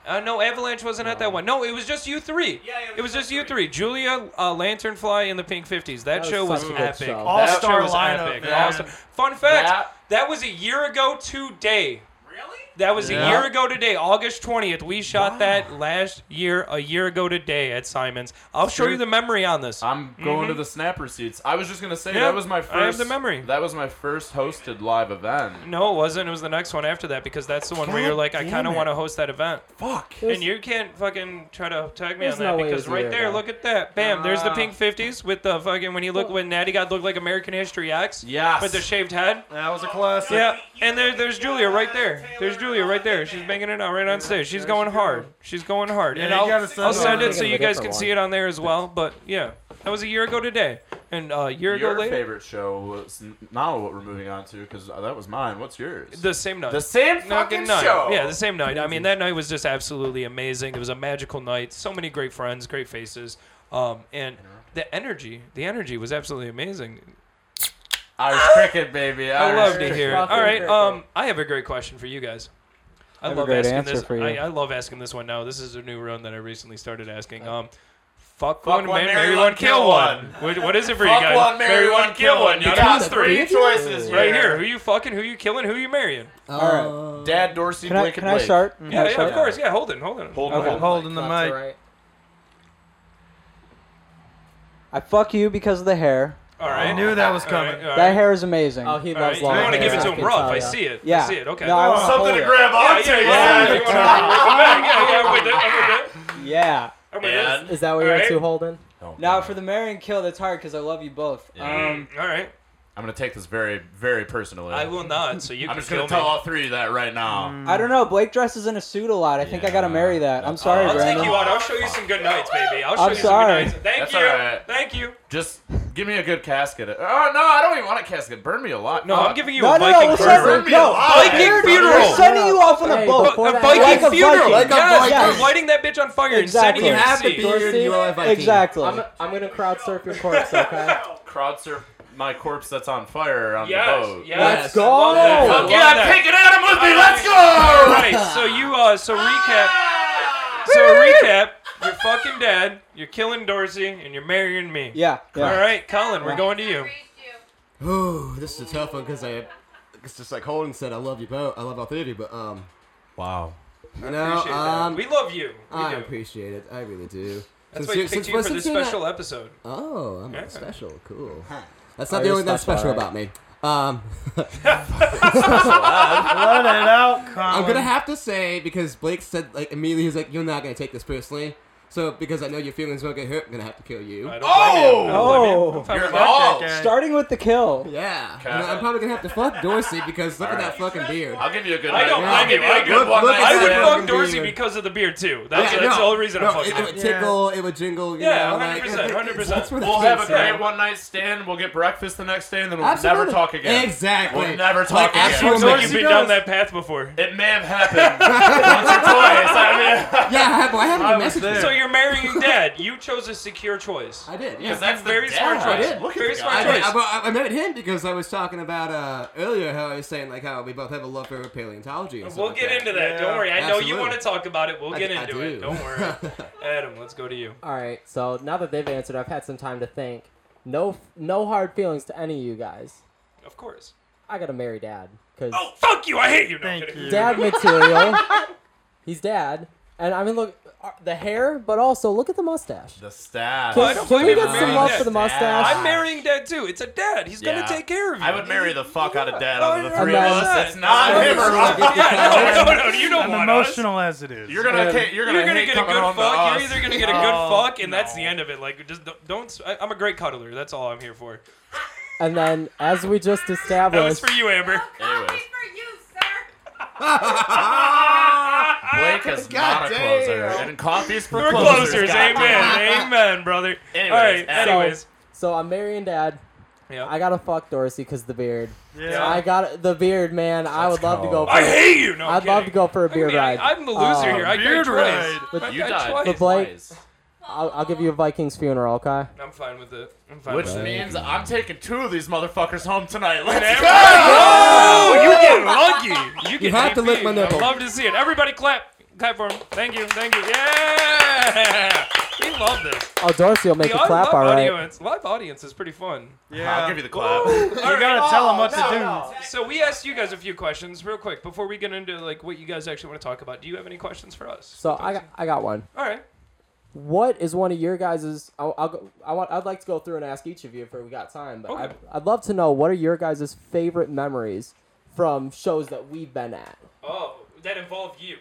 Speaker 2: Uh, no, Avalanche wasn't at that one. No, it was just you three.
Speaker 7: Yeah,
Speaker 2: it was just you three. Julia, uh, Lantern Fly, and the Pink Fifties. That,
Speaker 4: That was
Speaker 2: show was
Speaker 4: such a good
Speaker 2: epic.
Speaker 4: show.
Speaker 1: That
Speaker 3: All star
Speaker 2: show was
Speaker 3: lineup.
Speaker 2: epic.
Speaker 3: man.
Speaker 2: All-star- Fun fact:
Speaker 1: That-
Speaker 2: that was a year ago today.
Speaker 7: Really?
Speaker 2: That was a
Speaker 3: Yeah.
Speaker 2: year ago today, August 20th. We shot that last year, a year ago today at Simon's. I'll show
Speaker 1: Sure.
Speaker 2: you the memory on this.
Speaker 1: I'm going to the snapper seats. I was just gonna say
Speaker 2: Mm-hmm. Yeah,
Speaker 1: that was my
Speaker 2: I
Speaker 1: first.
Speaker 2: have the memory.
Speaker 1: That was my first hosted live event.
Speaker 2: no, it wasn't. It was the next one after that because that's the one where
Speaker 1: God
Speaker 2: you're like, I
Speaker 1: damn
Speaker 2: kind of
Speaker 1: it.
Speaker 2: want to host that event.
Speaker 1: Fuck.
Speaker 2: and you can't fucking try to tag me
Speaker 4: There's
Speaker 2: on that
Speaker 4: no way it
Speaker 2: because
Speaker 4: was a
Speaker 2: right
Speaker 4: year
Speaker 2: there,
Speaker 4: ago.
Speaker 2: look at that. Bam, there's the
Speaker 3: Ah.
Speaker 2: pink 50s with the fucking, when he looked, when Natty got looked like American History X
Speaker 1: Yes.
Speaker 2: with the shaved head.
Speaker 3: That was a classic.
Speaker 2: Yeah, and there, there's Julia right there. There's Julia right there. She's banging it out right on stage. She's going hard. She's going hard.
Speaker 3: Yeah,
Speaker 2: And
Speaker 3: you
Speaker 2: I'll,
Speaker 3: gotta send
Speaker 2: I'll
Speaker 3: it
Speaker 2: send
Speaker 3: on.
Speaker 2: it so you guys can see it on there as well. But yeah, that was a year ago today, and uh, a year ago
Speaker 1: Your
Speaker 2: later,
Speaker 1: favorite show was n- now what we're moving on to because that was mine. What's yours?
Speaker 2: the same night.
Speaker 1: The same
Speaker 2: Fucking
Speaker 1: fucking
Speaker 2: night.
Speaker 1: show.
Speaker 2: Yeah, the same night. I mean, that night was just absolutely amazing. It was a magical night. So many great friends, great faces, um, and the energy. The energy was absolutely amazing.
Speaker 1: Irish cricket, baby.
Speaker 2: I
Speaker 1: Irish
Speaker 2: love to
Speaker 1: cricket.
Speaker 2: hear. it.
Speaker 4: Fucking
Speaker 2: All right,
Speaker 4: cricket.
Speaker 2: um, I have a great question for you guys. I,
Speaker 6: have a
Speaker 2: love
Speaker 6: great
Speaker 2: asking
Speaker 6: answer
Speaker 2: this.
Speaker 6: for you.
Speaker 2: I, I love asking this one now. This is a new run that I recently started asking. Um, fuck, one,
Speaker 1: Fuck
Speaker 2: marry, one, kill one. What, what is it for you
Speaker 1: Fuck
Speaker 2: guys?
Speaker 1: one, marry one, kill one.
Speaker 2: Y'all
Speaker 1: You got
Speaker 2: know
Speaker 4: the
Speaker 1: three
Speaker 2: three
Speaker 4: freedom.
Speaker 1: choices
Speaker 2: right here. Who you fucking? Who you killing? Who you marrying?
Speaker 6: All
Speaker 4: Oh.
Speaker 1: Dad Dorsey
Speaker 6: Can I,
Speaker 1: Blake
Speaker 6: can
Speaker 1: and
Speaker 6: I
Speaker 1: Blake.
Speaker 6: start? Can
Speaker 2: Yeah,
Speaker 6: I
Speaker 2: yeah,
Speaker 6: start?
Speaker 2: of course. Yeah, hold it, hold it.
Speaker 1: Hold
Speaker 6: Okay.
Speaker 1: on.
Speaker 3: Holding the
Speaker 4: Left to
Speaker 3: mic.
Speaker 4: right.
Speaker 6: I fuck you because of the hair.
Speaker 2: All right.
Speaker 3: I knew that was
Speaker 2: All right,
Speaker 3: coming.
Speaker 2: all
Speaker 6: That
Speaker 2: right.
Speaker 6: hair is amazing.
Speaker 4: Oh, he
Speaker 2: All right,
Speaker 4: loves
Speaker 2: you
Speaker 4: long
Speaker 2: want to
Speaker 4: hair.
Speaker 2: give it to
Speaker 4: I
Speaker 2: him
Speaker 4: can
Speaker 2: rough.
Speaker 4: tell
Speaker 2: I
Speaker 4: ya.
Speaker 2: see it. I
Speaker 6: Yeah.
Speaker 2: see it. Okay. Oh,
Speaker 6: No, I want
Speaker 1: Something to
Speaker 6: it.
Speaker 1: grab
Speaker 2: yeah,
Speaker 1: onto.
Speaker 2: yeah, yeah.
Speaker 1: Oh, yeah.
Speaker 2: You wanna- I'm with it, I'm with it, I'm with it.
Speaker 6: Yeah.
Speaker 2: I'm with it.
Speaker 4: Is that what
Speaker 2: All
Speaker 4: you're
Speaker 2: right.
Speaker 4: two holding?
Speaker 1: Oh,
Speaker 6: Now for the marry and kill, that's hard because I love you both.
Speaker 1: Yeah.
Speaker 6: Um,
Speaker 2: All right.
Speaker 1: I'm gonna take this very, very personally.
Speaker 2: I will not. So you
Speaker 1: I'm
Speaker 2: can
Speaker 1: just gonna
Speaker 2: kill
Speaker 1: tell
Speaker 2: me.
Speaker 1: all three of that right now.
Speaker 6: I don't know. Blake dresses in a suit a lot. I think I gotta
Speaker 1: Yeah.
Speaker 6: marry that. I'm sorry,
Speaker 2: I'll
Speaker 6: Brandon.
Speaker 2: take you out. I'll show you some good nights, baby. I'll show
Speaker 6: I'm
Speaker 2: you
Speaker 6: sorry.
Speaker 2: some good nights. Thank
Speaker 1: That's
Speaker 2: you.
Speaker 1: alright.
Speaker 2: Thank you.
Speaker 1: Just give me a good casket. Oh no, I don't even want a casket. Burn me alive.
Speaker 2: No,
Speaker 1: Uh,
Speaker 2: I'm giving you
Speaker 6: No,
Speaker 2: a
Speaker 6: no, no.
Speaker 2: Viking
Speaker 6: We're
Speaker 2: funeral.
Speaker 1: Burn
Speaker 6: sending,
Speaker 1: me
Speaker 6: no,
Speaker 1: alive.
Speaker 2: Viking
Speaker 6: we're
Speaker 2: funeral.
Speaker 6: sending you off on a
Speaker 4: Hey,
Speaker 6: boat.
Speaker 4: before
Speaker 2: A
Speaker 4: that-
Speaker 2: Viking
Speaker 6: Like a
Speaker 2: funeral.
Speaker 6: Viking.
Speaker 5: Like a
Speaker 2: yes,
Speaker 5: Viking.
Speaker 2: we're lighting that bitch on fire
Speaker 6: Exactly.
Speaker 2: and
Speaker 5: You have to
Speaker 2: sending
Speaker 5: be
Speaker 2: you to sea.
Speaker 5: here if you are a Viking.
Speaker 6: Exactly.
Speaker 4: I'm, I'm gonna crowd surf your corpse, okay?
Speaker 1: crowd surf my corpse that's on fire on
Speaker 2: Yes,
Speaker 1: the boat.
Speaker 2: yes.
Speaker 4: Let's go.
Speaker 2: Love that.
Speaker 1: Fuck
Speaker 2: Love
Speaker 1: yeah,
Speaker 2: that.
Speaker 1: I'm taking Adam with me. Let's go.
Speaker 2: All right. So you uh. So recap. So recap. You're fucking dead. You're killing Dorsey, and you're marrying me.
Speaker 6: Yeah. yeah.
Speaker 2: All right, Colin. We're going to you.
Speaker 5: Ooh, this is a tough one because I. It's just like Holden said. I love you both. I love all three of you, but um,
Speaker 1: Wow.
Speaker 5: you know,
Speaker 2: Appreciate that.
Speaker 5: um,
Speaker 2: We love you. We
Speaker 5: I
Speaker 2: do.
Speaker 5: appreciate it. I really do.
Speaker 2: That's
Speaker 5: Since
Speaker 2: why we
Speaker 5: you-
Speaker 2: picked
Speaker 5: since-
Speaker 2: you for
Speaker 5: since
Speaker 2: this
Speaker 5: you're not-
Speaker 2: special episode.
Speaker 5: Oh, I'm
Speaker 2: Yeah.
Speaker 5: not special. Cool. That's not
Speaker 6: Oh,
Speaker 5: the
Speaker 6: you're
Speaker 5: only thing that's special
Speaker 6: special,
Speaker 5: about me. Um,
Speaker 3: Let it out,
Speaker 5: I'm gonna
Speaker 3: Colin.
Speaker 5: have to say because Blake said like immediately he's like, "You're not gonna take this personally." So because I know your feelings won't get hurt, I'm gonna have to kill you.
Speaker 2: I don't blame you. I don't blame you.
Speaker 6: Oh.
Speaker 2: I'm fine
Speaker 1: Oh. You're
Speaker 2: with that.
Speaker 1: all.
Speaker 3: Okay.
Speaker 6: Starting with the kill.
Speaker 5: Yeah,
Speaker 1: Okay.
Speaker 5: and I'm probably gonna have to fuck Dorsey because look at
Speaker 1: Alright.
Speaker 5: that fucking beard.
Speaker 1: I'll give you a good.
Speaker 2: I don't
Speaker 1: night. I'll give
Speaker 5: blame
Speaker 2: you.
Speaker 1: you
Speaker 2: I
Speaker 1: a good
Speaker 2: don't-
Speaker 1: one.
Speaker 5: look
Speaker 1: night
Speaker 5: at
Speaker 2: I would
Speaker 5: Yeah.
Speaker 1: stand.
Speaker 2: fuck Dorsey because of the beard too. That's,
Speaker 5: Yeah,
Speaker 2: that's
Speaker 5: no.
Speaker 2: the only reason
Speaker 5: No,
Speaker 2: I'm fucking.
Speaker 5: it, it would
Speaker 2: him.
Speaker 3: Yeah.
Speaker 5: tickle, it would jingle. You
Speaker 2: Yeah,
Speaker 5: know,
Speaker 2: 100%,
Speaker 5: like,
Speaker 2: 100%.
Speaker 5: That's where the
Speaker 1: We'll have a
Speaker 5: kids are.
Speaker 1: great one night stand. We'll get breakfast the next day, and then we'll never
Speaker 5: Absolutely.
Speaker 1: talk again.
Speaker 5: Exactly.
Speaker 1: We'll never
Speaker 5: Like,
Speaker 1: talk again.
Speaker 5: absolute
Speaker 2: Looks like you've
Speaker 5: Dorsey
Speaker 2: been
Speaker 5: does.
Speaker 2: down that path before.
Speaker 1: It may have happened once or twice. I mean,
Speaker 5: Yeah, I have, I have
Speaker 3: I
Speaker 5: a
Speaker 3: was
Speaker 5: message.
Speaker 3: there.
Speaker 5: you.
Speaker 2: So you're marrying dad. You chose a secure choice.
Speaker 5: I did. Yeah,
Speaker 1: because that's the
Speaker 2: Very
Speaker 1: dad.
Speaker 2: smart
Speaker 5: choice.
Speaker 1: I did. Look at
Speaker 2: Very
Speaker 1: the
Speaker 2: smart
Speaker 1: guy.
Speaker 5: I,
Speaker 2: choice.
Speaker 5: did, I, well, I I met him because I was talking about uh, earlier how I was saying like how we both have a love for paleontology. And stuff
Speaker 2: We'll
Speaker 5: like
Speaker 2: get
Speaker 5: that.
Speaker 2: into that.
Speaker 3: Yeah,
Speaker 2: Don't worry. I know you
Speaker 5: absolutely.
Speaker 2: want to talk about it. We'll
Speaker 5: I
Speaker 2: get
Speaker 5: d- I
Speaker 2: into it.
Speaker 5: do.
Speaker 2: Don't worry. Adam, let's go to you.
Speaker 4: All right. So now that they've answered, I've had some time to think. No, no hard feelings to any of you guys.
Speaker 2: Of course.
Speaker 4: I gotta marry Dad because
Speaker 2: Oh, fuck you. I hate you. No, I'm
Speaker 3: Thank
Speaker 2: kidding.
Speaker 3: you.
Speaker 4: Dad material. He's Dad, and I mean, look, uh, the hair, but also look at the mustache.
Speaker 1: The staff.
Speaker 4: Can,
Speaker 2: I don't
Speaker 4: can
Speaker 2: blame
Speaker 4: we
Speaker 2: you
Speaker 4: get
Speaker 2: for
Speaker 4: some
Speaker 2: marrying
Speaker 4: love
Speaker 2: Dad.
Speaker 4: for the mustache?
Speaker 2: I'm marrying dad too. It's a dad. He's
Speaker 1: Yeah.
Speaker 2: gonna take care of you.
Speaker 1: I would marry the fuck out of dad
Speaker 2: No,
Speaker 1: out of the
Speaker 2: you're
Speaker 1: three of
Speaker 4: right.
Speaker 1: us. It's not him or
Speaker 2: Yeah,
Speaker 1: us.
Speaker 2: no, no, no, you don't
Speaker 3: I'm
Speaker 2: want us.
Speaker 3: emotional as it is.
Speaker 1: You're gonna, take- you're gonna,
Speaker 2: You're gonna
Speaker 1: hate
Speaker 2: get a
Speaker 1: coming
Speaker 2: good
Speaker 1: home to
Speaker 2: fuck. You're
Speaker 1: us.
Speaker 2: either gonna get a good
Speaker 3: Oh,
Speaker 2: fuck, and that's the end of it. Like, just don't. don't I, I'm a great cuddler. That's all I'm here for.
Speaker 4: and then, as we just
Speaker 2: That was
Speaker 4: established,
Speaker 2: for you, Amber.
Speaker 1: Anyways.
Speaker 7: for you, sir.
Speaker 1: Blake is not a closer, and coffee's for
Speaker 2: We're
Speaker 1: closers.
Speaker 2: closers.
Speaker 1: goddamn.
Speaker 2: Amen. Amen, brother.
Speaker 1: Anyways,
Speaker 2: all right.
Speaker 1: Adam.
Speaker 2: Anyways.
Speaker 4: so I'm marrying Dad.
Speaker 2: Yeah.
Speaker 4: I gotta fuck Dorsey because the beard.
Speaker 3: Yeah.
Speaker 4: I got the beard, man. I would love to go. For,
Speaker 2: I hate you. No, I'm
Speaker 4: I'd love
Speaker 2: kidding.
Speaker 4: to go for a
Speaker 2: Look at
Speaker 4: beer
Speaker 2: me,
Speaker 4: ride.
Speaker 2: I, am the loser
Speaker 4: Um,
Speaker 2: here. I died
Speaker 3: Beard
Speaker 2: twice.
Speaker 3: ride.
Speaker 2: I
Speaker 1: You
Speaker 2: died
Speaker 1: died.
Speaker 2: twice.
Speaker 4: But Blake-
Speaker 1: twice.
Speaker 4: I'll, I'll give you a Vikings funeral, okay?
Speaker 2: I'm fine with it. I'm fine
Speaker 1: Which
Speaker 2: with it.
Speaker 1: means I'm taking two of these motherfuckers home tonight. Let's
Speaker 2: Amber,
Speaker 1: go!
Speaker 2: Oh, you get lucky. You, get
Speaker 5: have to
Speaker 2: DP.
Speaker 5: lick my nipple.
Speaker 2: I'd love to see it. Everybody clap. Clap for him. Thank you. Thank you. Yeah. We love this.
Speaker 4: Oh, Dorsey will make
Speaker 2: We
Speaker 4: a
Speaker 2: are
Speaker 4: clap,
Speaker 2: live
Speaker 4: all right.
Speaker 2: audience. Live audience is pretty fun.
Speaker 3: Yeah.
Speaker 1: I'll give you the clap.
Speaker 3: You gotta tell him what to do.
Speaker 2: So we asked you guys a few questions real quick before we get into like what you guys actually want to talk about. Do you have any questions for us?
Speaker 4: So I got, I got one.
Speaker 2: All right.
Speaker 4: What is one of your guys's? I'll, I'll go, I want. I'd like to go through and ask each of you if we got time. But
Speaker 2: Okay.
Speaker 4: I, I'd love to know what are your guys' favorite memories from shows that we've been at.
Speaker 2: Oh, that involved you.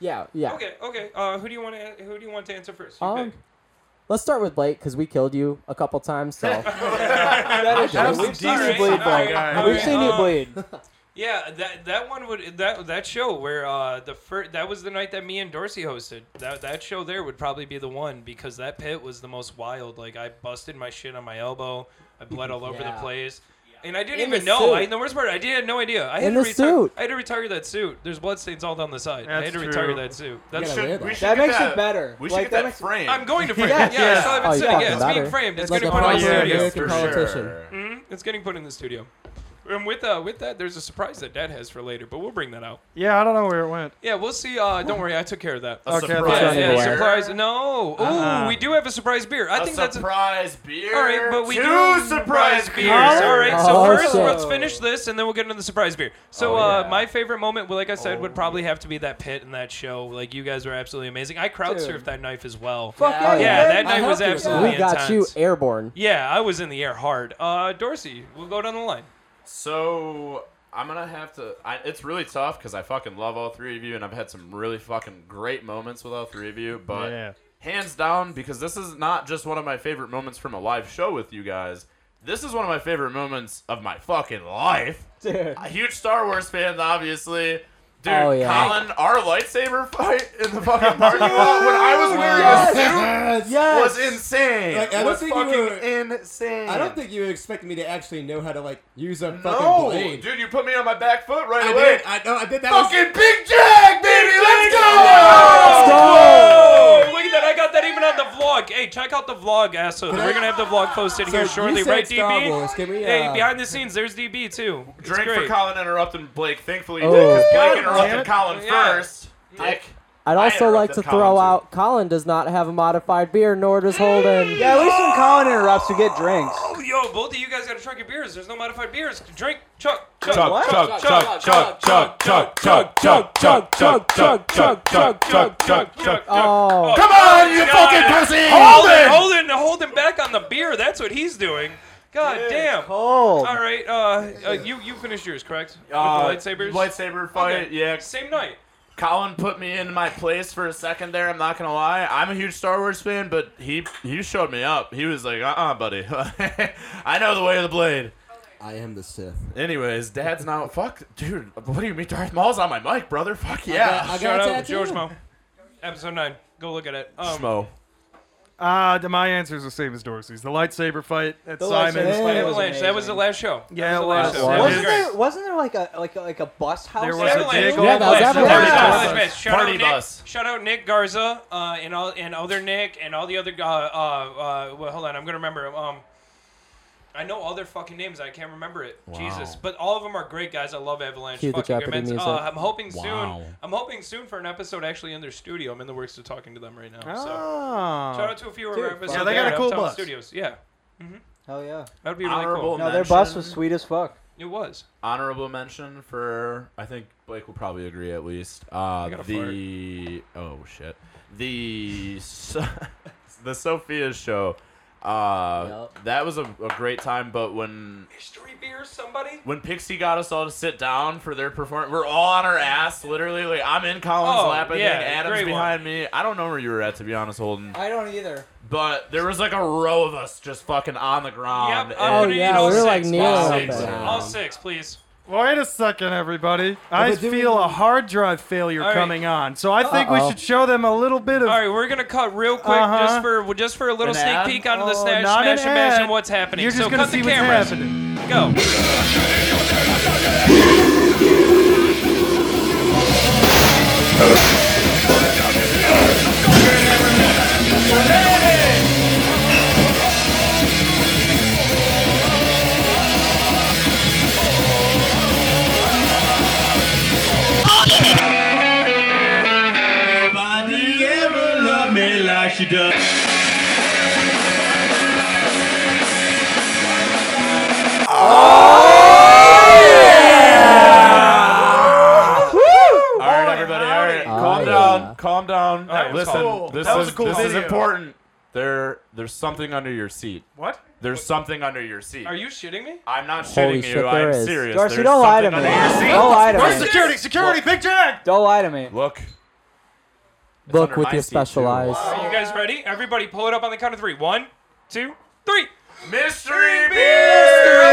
Speaker 4: Yeah, yeah.
Speaker 2: Okay, okay. Uh, who do you want to who do you want to answer first? You
Speaker 4: Um,
Speaker 2: pick.
Speaker 4: let's start with Blake because we killed you a couple times. So
Speaker 6: That is true.
Speaker 3: That's
Speaker 6: We've seen you
Speaker 3: decent.
Speaker 6: bleed,
Speaker 2: Alright,
Speaker 6: Blake.
Speaker 3: alright,
Speaker 6: We've seen you
Speaker 2: um,
Speaker 6: bleed.
Speaker 2: Yeah, that that one would that that show where uh the first that was the night that me and Dorsey hosted. That that show there would probably be the one because that pit was the most wild. Like I busted my shit on my elbow. I bled all over the
Speaker 4: Yeah.
Speaker 2: place. And I didn't
Speaker 4: In
Speaker 2: even
Speaker 4: the
Speaker 2: know. I,
Speaker 4: suit.
Speaker 2: the worst part, I did had no idea. I had
Speaker 4: In
Speaker 2: to
Speaker 4: the
Speaker 2: retire-
Speaker 4: suit.
Speaker 2: I had to retire that suit. There's bloodstains all down the side. I had
Speaker 3: That's
Speaker 2: to retire
Speaker 3: true.
Speaker 2: that suit. That's
Speaker 5: gotta wear that.
Speaker 1: We should
Speaker 6: That
Speaker 1: get
Speaker 6: makes it better.
Speaker 1: We should
Speaker 6: Like,
Speaker 1: get
Speaker 6: that
Speaker 1: that,
Speaker 6: makes-
Speaker 1: framed.
Speaker 2: I'm going to frame. it.
Speaker 6: Yes,
Speaker 2: yeah, I
Speaker 3: yes.
Speaker 2: still haven't
Speaker 4: Oh, you
Speaker 2: said it
Speaker 4: fucking
Speaker 2: yet. It's
Speaker 4: got
Speaker 2: being
Speaker 4: it.
Speaker 2: framed. It's
Speaker 4: Like
Speaker 2: going to
Speaker 4: a
Speaker 2: put on the
Speaker 4: fucking
Speaker 2: studio.
Speaker 4: American
Speaker 1: for
Speaker 4: politician.
Speaker 1: sure.
Speaker 2: It's getting put in the studio. And with uh, with that, there's a surprise that Dad has for later, but we'll bring that out.
Speaker 3: Yeah, I don't know where it went.
Speaker 2: Yeah, we'll see. Uh, don't worry, I took care of that.
Speaker 1: A
Speaker 3: Okay, that's
Speaker 1: surprise
Speaker 2: yeah, yeah,
Speaker 1: beer. Uh-huh.
Speaker 2: surprise. No. Ooh,
Speaker 3: Uh-uh.
Speaker 2: we do have a surprise beer. I
Speaker 1: A
Speaker 2: think that's a,
Speaker 1: surprise beer.
Speaker 2: all right, but we
Speaker 1: two
Speaker 2: do
Speaker 1: surprise beers.
Speaker 2: All right, so
Speaker 6: Oh,
Speaker 2: first
Speaker 6: shit.
Speaker 2: let's finish this, and then we'll get into the surprise beer. So,
Speaker 1: Oh,
Speaker 2: uh,
Speaker 1: yeah. Oh.
Speaker 2: my favorite moment, well, like I said, would probably have to be that pit and that show. Like you guys were absolutely amazing. I crowd
Speaker 6: Dude.
Speaker 2: surfed that knife as well.
Speaker 6: Fuck
Speaker 4: Yeah,
Speaker 6: yeah,
Speaker 2: yeah,
Speaker 6: man.
Speaker 2: that
Speaker 6: I
Speaker 2: night was
Speaker 6: helped you.
Speaker 2: absolutely
Speaker 4: We got you
Speaker 2: intense.
Speaker 4: airborne.
Speaker 2: Yeah, I was in the air hard. Uh, Dorsey, we'll go down the line.
Speaker 1: So I'm gonna have to. I, it's really tough because I fucking love all three of you, and I've had some really fucking great moments with all three of you. But
Speaker 3: Yeah.
Speaker 1: hands down, because this is not just one of my favorite moments from a live show with you guys. This is one of my favorite moments of my fucking life.
Speaker 6: Dude.
Speaker 1: A huge Star Wars fan, obviously. Dude,
Speaker 4: Oh, yeah.
Speaker 1: Colin, our lightsaber fight in the fucking parking lot when I was wearing a suit
Speaker 6: Yes.
Speaker 1: was insane.
Speaker 5: Like, I don't
Speaker 1: was
Speaker 5: think you
Speaker 1: fucking insane.
Speaker 5: I don't think you expected me to actually know how to like use a fucking
Speaker 1: No,
Speaker 5: blade.
Speaker 1: dude, you put me on my back foot right
Speaker 5: I
Speaker 1: away.
Speaker 5: did. I know. I did that. was-
Speaker 1: Fucking Big Jack, baby, let's go!
Speaker 2: Oh, look at that! I got that even on the vlog. Hey, check out the vlog, asshole. We're gonna have the vlog posted
Speaker 5: So
Speaker 2: here
Speaker 5: you
Speaker 2: shortly,
Speaker 5: said
Speaker 2: right,
Speaker 5: Star
Speaker 2: DB?
Speaker 5: Wars. Can we,
Speaker 2: hey,
Speaker 5: uh,
Speaker 2: behind the scenes, there's DB too. It's
Speaker 1: Drink for
Speaker 2: great.
Speaker 1: Colin interrupting Blake. Thankfully, he
Speaker 5: Oh,
Speaker 1: did, 'cause Blake interrupted Colin
Speaker 2: Yeah.
Speaker 1: first. Dick.
Speaker 4: I'd also like to
Speaker 1: interrupted
Speaker 4: throw
Speaker 1: Colin, too.
Speaker 4: out Colin does not have a modified beer, nor does Holden.
Speaker 6: Yeah, at least when Colin interrupts, we get drinks.
Speaker 2: Oh, yo, both of you guys gotta chug your beers. There's no modified beers. Drink, chug, chug.
Speaker 1: Chug, chug, chug, chug, chug, chug, chug, chug, chug, chug, chug, chug, chug, chug, chug, chug.
Speaker 4: Oh.
Speaker 1: Come on, you fucking pussy!
Speaker 2: Hold it,
Speaker 1: Holden!
Speaker 2: hold it, hold him back on the beer. That's what he's doing. God damn. All
Speaker 6: Cold.
Speaker 2: right, uh, uh, you you finished yours, correct? With the
Speaker 1: Uh,
Speaker 2: lightsabers.
Speaker 1: Lightsaber fight,
Speaker 2: Okay.
Speaker 1: yeah.
Speaker 2: Same night.
Speaker 1: Colin put me in my place for a second there. I'm not gonna lie. I'm a huge Star Wars fan, but he he showed me up. He was like, "Uh-uh, buddy. I know the way of the blade."
Speaker 5: I am the Sith.
Speaker 1: Anyways, Dad's not. Fuck, dude. What do you mean Darth Maul's on my mic, brother? Fuck yeah.
Speaker 5: I
Speaker 2: Shout
Speaker 5: got a
Speaker 2: out to George
Speaker 5: tattoo.
Speaker 2: Mo. Episode nine. Go look at it. Um,
Speaker 1: Schmo.
Speaker 3: Uh, th- my answer's the same as Dorsey's. The lightsaber fight at
Speaker 6: The
Speaker 3: Simon's.
Speaker 6: lightsaber fight.
Speaker 3: Fight.
Speaker 6: was
Speaker 2: Avalanche. That was the
Speaker 6: amazing.
Speaker 2: last show.
Speaker 3: Yeah,
Speaker 2: That
Speaker 3: it
Speaker 2: was
Speaker 3: was.
Speaker 2: the last
Speaker 3: It was
Speaker 2: show.
Speaker 6: Wasn't
Speaker 3: great.
Speaker 6: there, wasn't there like a like a, like a bus house?
Speaker 3: There
Speaker 6: or
Speaker 3: was a
Speaker 6: something?
Speaker 2: Avalanche.
Speaker 3: big old
Speaker 4: Yeah, that was
Speaker 3: lightsaber
Speaker 4: Avalanche.
Speaker 3: fight.
Speaker 4: Avalanche.
Speaker 2: Avalanche. Shout
Speaker 1: Oh, Party
Speaker 2: out
Speaker 1: bus.
Speaker 2: Nick. Shout out Nick Garza uh, and all and other Nick and all the other uh, uh, uh well, hold on, I'm gonna remember. Um, I know all their fucking names. I can't remember it. Jesus, but all of them are great guys. I love Avalanche.
Speaker 4: Cue the
Speaker 2: fucking good
Speaker 4: Jeopardy
Speaker 2: bands.
Speaker 4: music.
Speaker 2: Uh, I'm hoping soon.
Speaker 1: Wow.
Speaker 2: I'm hoping soon for an episode actually in their studio. I'm in the works of talking to them right now. So
Speaker 4: Ah.
Speaker 2: shout
Speaker 3: Oh.
Speaker 2: out to a few of
Speaker 6: Dude,
Speaker 2: our
Speaker 6: fuck.
Speaker 2: episodes.
Speaker 3: Yeah, they got a
Speaker 2: there,
Speaker 3: cool
Speaker 2: Uptown
Speaker 3: bus.
Speaker 2: Studios. Yeah,
Speaker 6: Hell yeah.
Speaker 2: that would be really
Speaker 1: Honorable
Speaker 6: No, their bus was
Speaker 1: Mention.
Speaker 6: sweet as fuck.
Speaker 2: cool. It was.
Speaker 1: Honorable mention for I think Blake will probably agree at least. Uh,
Speaker 2: gotta
Speaker 1: the oh shit, the So- the Sophia show. Uh,
Speaker 4: Yup.
Speaker 1: that was a, a great time. But when
Speaker 2: History beer, somebody.
Speaker 1: when Pixie got us all to sit down for their performance, we're all on our ass, literally. Like I'm in Colin's
Speaker 2: Oh,
Speaker 1: lap, I
Speaker 2: yeah,
Speaker 1: think Adam's
Speaker 2: great one.
Speaker 1: behind me. I don't know where you were at, to be honest, Holden.
Speaker 6: I don't either.
Speaker 1: But there was like a row of us just fucking on the ground.
Speaker 2: Yep, oh,
Speaker 1: and-
Speaker 2: I'm gonna
Speaker 4: yeah,
Speaker 2: need all
Speaker 4: we were, like,
Speaker 2: six.
Speaker 4: kneeling
Speaker 2: all
Speaker 4: up
Speaker 2: six.
Speaker 4: there.
Speaker 2: All six, please.
Speaker 3: Wait a second, everybody. I
Speaker 5: but do we-
Speaker 3: feel a hard drive failure
Speaker 2: All right.
Speaker 3: coming on, so I think
Speaker 4: Uh-oh.
Speaker 3: we should show them a little bit of.
Speaker 2: All right, we're gonna cut real quick
Speaker 3: Uh-huh.
Speaker 2: just for well, just for a little
Speaker 1: An
Speaker 2: sneak
Speaker 1: ad?
Speaker 2: peek onto the
Speaker 3: Oh,
Speaker 2: snatch,
Speaker 3: not an
Speaker 2: smash, and bash,
Speaker 3: ad.
Speaker 2: and what's happening.
Speaker 3: You're just
Speaker 2: so
Speaker 3: gonna
Speaker 2: cut
Speaker 3: see
Speaker 2: the
Speaker 3: what's
Speaker 2: cameras.
Speaker 3: happening.
Speaker 2: Go.
Speaker 1: All right, everybody. All right, calm
Speaker 4: Oh,
Speaker 1: down.
Speaker 4: yeah.
Speaker 1: Calm down.
Speaker 2: All right,
Speaker 1: Listen,
Speaker 2: let's
Speaker 3: go.
Speaker 1: this
Speaker 3: That
Speaker 1: is
Speaker 3: was a cool
Speaker 1: this is
Speaker 3: video.
Speaker 1: important. There, there's something under your seat.
Speaker 3: What?
Speaker 1: There's something under your seat.
Speaker 2: Are you shitting me?
Speaker 1: I'm not
Speaker 4: Holy
Speaker 1: shitting
Speaker 4: shit,
Speaker 1: you.
Speaker 4: there
Speaker 1: I'm
Speaker 4: is.
Speaker 1: serious.
Speaker 6: Darcy,
Speaker 1: There's
Speaker 6: don't lie to me.
Speaker 1: something under your seat.
Speaker 6: Don't lie to me.
Speaker 3: Security! Security! Big Jack!
Speaker 6: Don't lie to me.
Speaker 1: Look. It's
Speaker 4: Look
Speaker 1: under
Speaker 4: with
Speaker 1: my
Speaker 4: your
Speaker 1: seat,
Speaker 4: special
Speaker 1: too.
Speaker 4: eyes.
Speaker 2: Are you guys ready? Everybody, pull it up on the count of three. One, two, three.
Speaker 1: Mystery
Speaker 2: Oh
Speaker 1: beer.
Speaker 2: my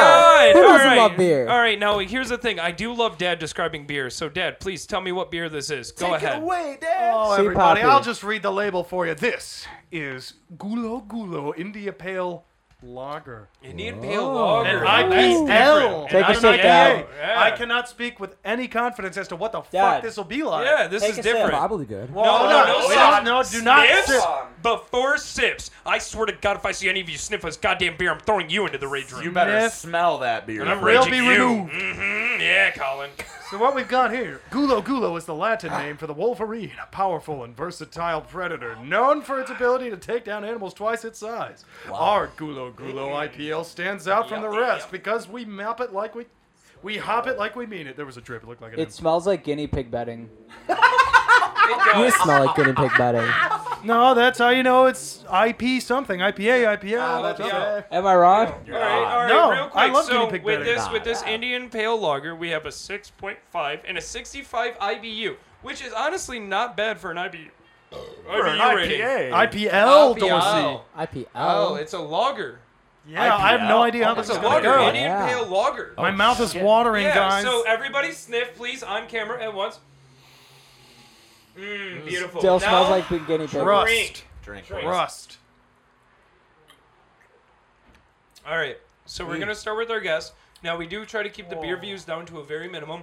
Speaker 2: God.
Speaker 4: Who doesn't
Speaker 2: All right.
Speaker 4: love beer?
Speaker 2: All right, now here's the thing. I do love Dad describing beer. So Dad, please tell me what beer this is. Go ahead.
Speaker 3: away, Dad! Oh,
Speaker 4: Sea
Speaker 3: everybody,
Speaker 4: poppy.
Speaker 3: I'll just read the label for you. This is Gulo Gulo India Pale Lager.
Speaker 2: Indian Pale Lager.
Speaker 3: I
Speaker 2: That's
Speaker 3: L.
Speaker 2: different.
Speaker 6: Take
Speaker 2: And
Speaker 6: a
Speaker 2: I'm
Speaker 6: sip,
Speaker 2: not-
Speaker 6: Dad.
Speaker 2: Yeah, Yeah.
Speaker 3: I cannot speak with any confidence as to what the fuck
Speaker 6: Dad.
Speaker 3: this will be like. Oh,
Speaker 2: Yeah, this
Speaker 6: Take
Speaker 2: is
Speaker 6: a sip.
Speaker 2: different.
Speaker 8: Probably good.
Speaker 2: No, no, no,
Speaker 3: no,
Speaker 2: sip.
Speaker 3: no, no, do not
Speaker 2: Sniffs?
Speaker 3: sip.
Speaker 2: Before sips, I swear to God, if I see any of you sniff this goddamn beer, I'm throwing you into the rage room.
Speaker 1: You better
Speaker 3: Yes.
Speaker 1: smell that beer.
Speaker 2: and I'm
Speaker 1: Fred.
Speaker 3: We'll
Speaker 2: raging
Speaker 3: be
Speaker 2: you.
Speaker 3: removed.
Speaker 2: Mm-hmm. Yeah, Colin.
Speaker 3: So what we've got here, Gulo Gulo is the Latin name for the wolverine, a powerful and versatile predator known for its ability to take down animals twice its size. Our Gulo Gulo IPL stands out from the
Speaker 2: Yup, yup,
Speaker 3: rest
Speaker 2: yup.
Speaker 3: because we map it like we, we hop it like we mean it. There was a drip. It looked like an
Speaker 6: It smells like guinea pig bedding.
Speaker 2: It
Speaker 6: You
Speaker 2: does.
Speaker 6: smell like guinea pig bedding.
Speaker 3: No, that's how you know it's IP something. IPA, IPL.
Speaker 2: Ah, that's okay.
Speaker 6: Am I wrong?
Speaker 2: All right, all right,
Speaker 3: No,
Speaker 2: real quick.
Speaker 3: I love
Speaker 2: so
Speaker 3: guinea pig
Speaker 2: with
Speaker 3: better.
Speaker 2: this with this Indian pale lager, we have a 6.5 and a 65 IBU, which is honestly not bad for an IBU.
Speaker 1: For an
Speaker 2: IBU rating.
Speaker 1: IPA.
Speaker 3: IPL, Dorsey.
Speaker 2: IPL.
Speaker 4: IPL.
Speaker 2: Oh, it's a lager.
Speaker 3: Yeah, I have no
Speaker 1: IPL?
Speaker 3: idea how
Speaker 1: Oh,
Speaker 3: this
Speaker 2: It's
Speaker 3: is
Speaker 2: a
Speaker 3: going to
Speaker 2: lager,
Speaker 3: go.
Speaker 2: Indian
Speaker 6: Yeah.
Speaker 2: pale lager.
Speaker 3: My mouth is watering,
Speaker 2: yeah,
Speaker 3: guys.
Speaker 2: so everybody sniff, please, on camera at once. Mmm, beautiful.
Speaker 6: Still
Speaker 2: Now-
Speaker 6: smells like big guinea pig.
Speaker 3: Rust.
Speaker 2: Drink.
Speaker 1: Drink.
Speaker 3: Rust.
Speaker 2: All right, so we're gonna start with our guests. Now we do try to keep the beer views down to a very minimum,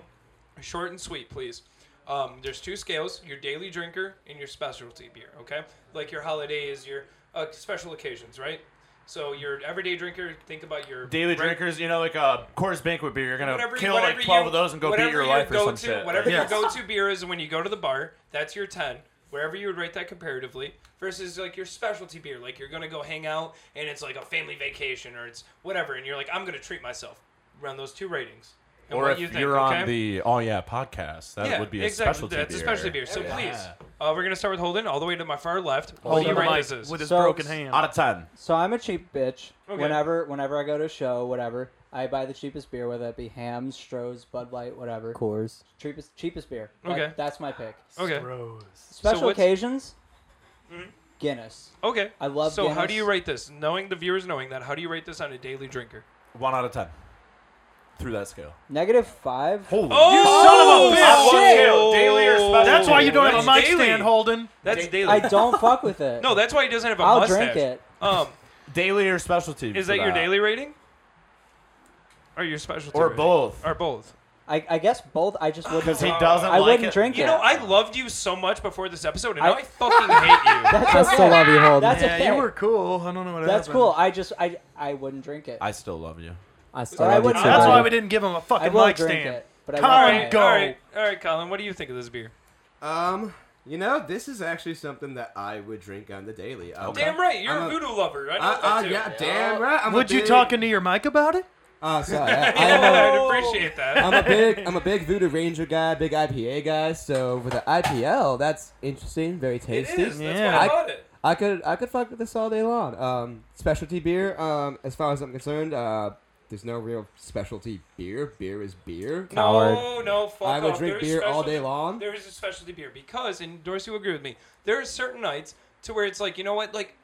Speaker 2: short and sweet, please. Um, there's two scales: your daily drinker and your specialty beer. Okay, like your holidays, your uh, special occasions, right? So your everyday drinker, think about your
Speaker 1: Daily
Speaker 2: reg-
Speaker 1: drinkers, you know, like a Coors Banquet beer, you're gonna
Speaker 2: whatever,
Speaker 1: kill
Speaker 2: whatever
Speaker 1: like 12
Speaker 2: you,
Speaker 1: of those and go
Speaker 2: whatever
Speaker 1: beat your
Speaker 2: you
Speaker 1: life or
Speaker 2: go
Speaker 1: some
Speaker 2: to,
Speaker 1: shit.
Speaker 2: Whatever
Speaker 3: Yes.
Speaker 2: your go-to beer is when you go to the bar, that's your 10. Wherever you would rate that comparatively versus like your specialty beer, like you're gonna go hang out and it's like a family vacation or it's whatever, and you're like, I'm gonna treat myself. Run those two ratings. And
Speaker 1: Or
Speaker 2: what
Speaker 1: if
Speaker 2: you
Speaker 1: you
Speaker 2: think,
Speaker 1: are
Speaker 2: okay?
Speaker 1: on the Oh Yeah podcast, that
Speaker 2: yeah,
Speaker 1: would be a
Speaker 2: exactly.
Speaker 1: specialty
Speaker 2: That's
Speaker 1: beer.
Speaker 2: a specialty beer. So
Speaker 1: Yeah.
Speaker 2: please, uh, we're gonna start with Holden all the way to my far left. What
Speaker 3: Hold
Speaker 2: do you
Speaker 3: the
Speaker 2: rate
Speaker 3: mic
Speaker 2: this?
Speaker 3: with his
Speaker 6: So-
Speaker 3: broken hand.
Speaker 1: Out of 10.
Speaker 6: So I'm a cheap bitch.
Speaker 2: Okay.
Speaker 6: Whenever whenever I go to a show, whatever, I buy the cheapest beer, whether it be Hams, Stroh's, Bud Light, whatever.
Speaker 4: Coors.
Speaker 6: Cheapest cheapest beer.
Speaker 2: Okay.
Speaker 6: Like, that's my pick.
Speaker 2: okay,
Speaker 6: Special
Speaker 2: what's-
Speaker 6: occasions. Guinness.
Speaker 2: okay.
Speaker 6: I love
Speaker 2: So how do you
Speaker 6: Guinness.
Speaker 2: rate this? Knowing the viewers knowing that, how do you rate this on a daily drinker?
Speaker 1: 1 out of 10. Through that scale.
Speaker 6: Negative five.
Speaker 1: Holy
Speaker 2: Oh,
Speaker 3: You son of a
Speaker 1: bitch! shit! Daily or special?
Speaker 3: That's why you don't have
Speaker 2: That's
Speaker 3: a mic
Speaker 2: daily.
Speaker 3: stand, Holden.
Speaker 2: That's daily.
Speaker 6: I don't fuck with it.
Speaker 2: No, that's why he doesn't have a
Speaker 6: I'll
Speaker 2: mustache.
Speaker 6: drink it.
Speaker 2: Um,
Speaker 1: Daily or specialty?
Speaker 2: is
Speaker 1: for
Speaker 2: that your daily rating? Or your specialty?
Speaker 1: Or
Speaker 2: rating?
Speaker 1: both.
Speaker 2: Or both.
Speaker 6: I, I guess both. I just wouldn't.
Speaker 2: Uh,
Speaker 1: Because he doesn't
Speaker 6: I
Speaker 1: like
Speaker 6: wouldn't
Speaker 1: it.
Speaker 6: drink
Speaker 2: You
Speaker 6: it.
Speaker 2: know, I loved you so much before this episode, and
Speaker 6: I-
Speaker 2: now I fucking hate you.
Speaker 6: that's
Speaker 4: I still
Speaker 6: okay.
Speaker 4: love you, Holden.
Speaker 6: That's
Speaker 3: Yeah,
Speaker 6: okay.
Speaker 3: you were cool. I don't know what
Speaker 6: That's
Speaker 3: happened.
Speaker 6: cool. I just I I wouldn't drink it. I,
Speaker 1: I still love you.
Speaker 4: I still
Speaker 6: I
Speaker 4: love you
Speaker 6: would-
Speaker 4: too,
Speaker 3: That's
Speaker 4: buddy.
Speaker 3: why we didn't give him a fucking
Speaker 6: will
Speaker 3: mic
Speaker 6: drink
Speaker 3: stand.
Speaker 6: it, but I
Speaker 3: Come
Speaker 6: won't
Speaker 3: on,
Speaker 6: buy it.
Speaker 3: go.
Speaker 2: All right, all right, Colin. What do you think of this beer?
Speaker 5: Um, you know, this is actually something that I would drink on the daily. Um,
Speaker 2: Damn right, you're
Speaker 5: I'm
Speaker 2: a
Speaker 5: a-
Speaker 2: voodoo lover. I know
Speaker 5: Uh,
Speaker 2: that
Speaker 5: uh,
Speaker 2: too.
Speaker 5: yeah, damn right. I'm a
Speaker 3: Would you
Speaker 5: big-
Speaker 3: talk into your mic about it?
Speaker 5: Oh, sorry. I,
Speaker 2: Yeah,
Speaker 5: I'm, a,
Speaker 2: I'd appreciate that.
Speaker 5: I'm a big, I'm a big Voodoo Ranger guy, big IPA guy. So with the IPL, that's interesting, very
Speaker 2: it
Speaker 5: tasty.
Speaker 2: is. That's
Speaker 3: Yeah.
Speaker 2: why I
Speaker 5: I-
Speaker 2: bought it.
Speaker 5: I could I could fuck with this all day long. Um, specialty beer. Um, as far as I'm concerned, uh, there's no real specialty beer. Beer is beer. Um,
Speaker 2: No, no, fuck
Speaker 5: I would
Speaker 2: off.
Speaker 5: drink
Speaker 2: There is
Speaker 5: beer all
Speaker 2: specialty-
Speaker 5: day long.
Speaker 2: There is a specialty beer because, and Dorsey will agree with me. There are certain nights to where it's like, you know what, like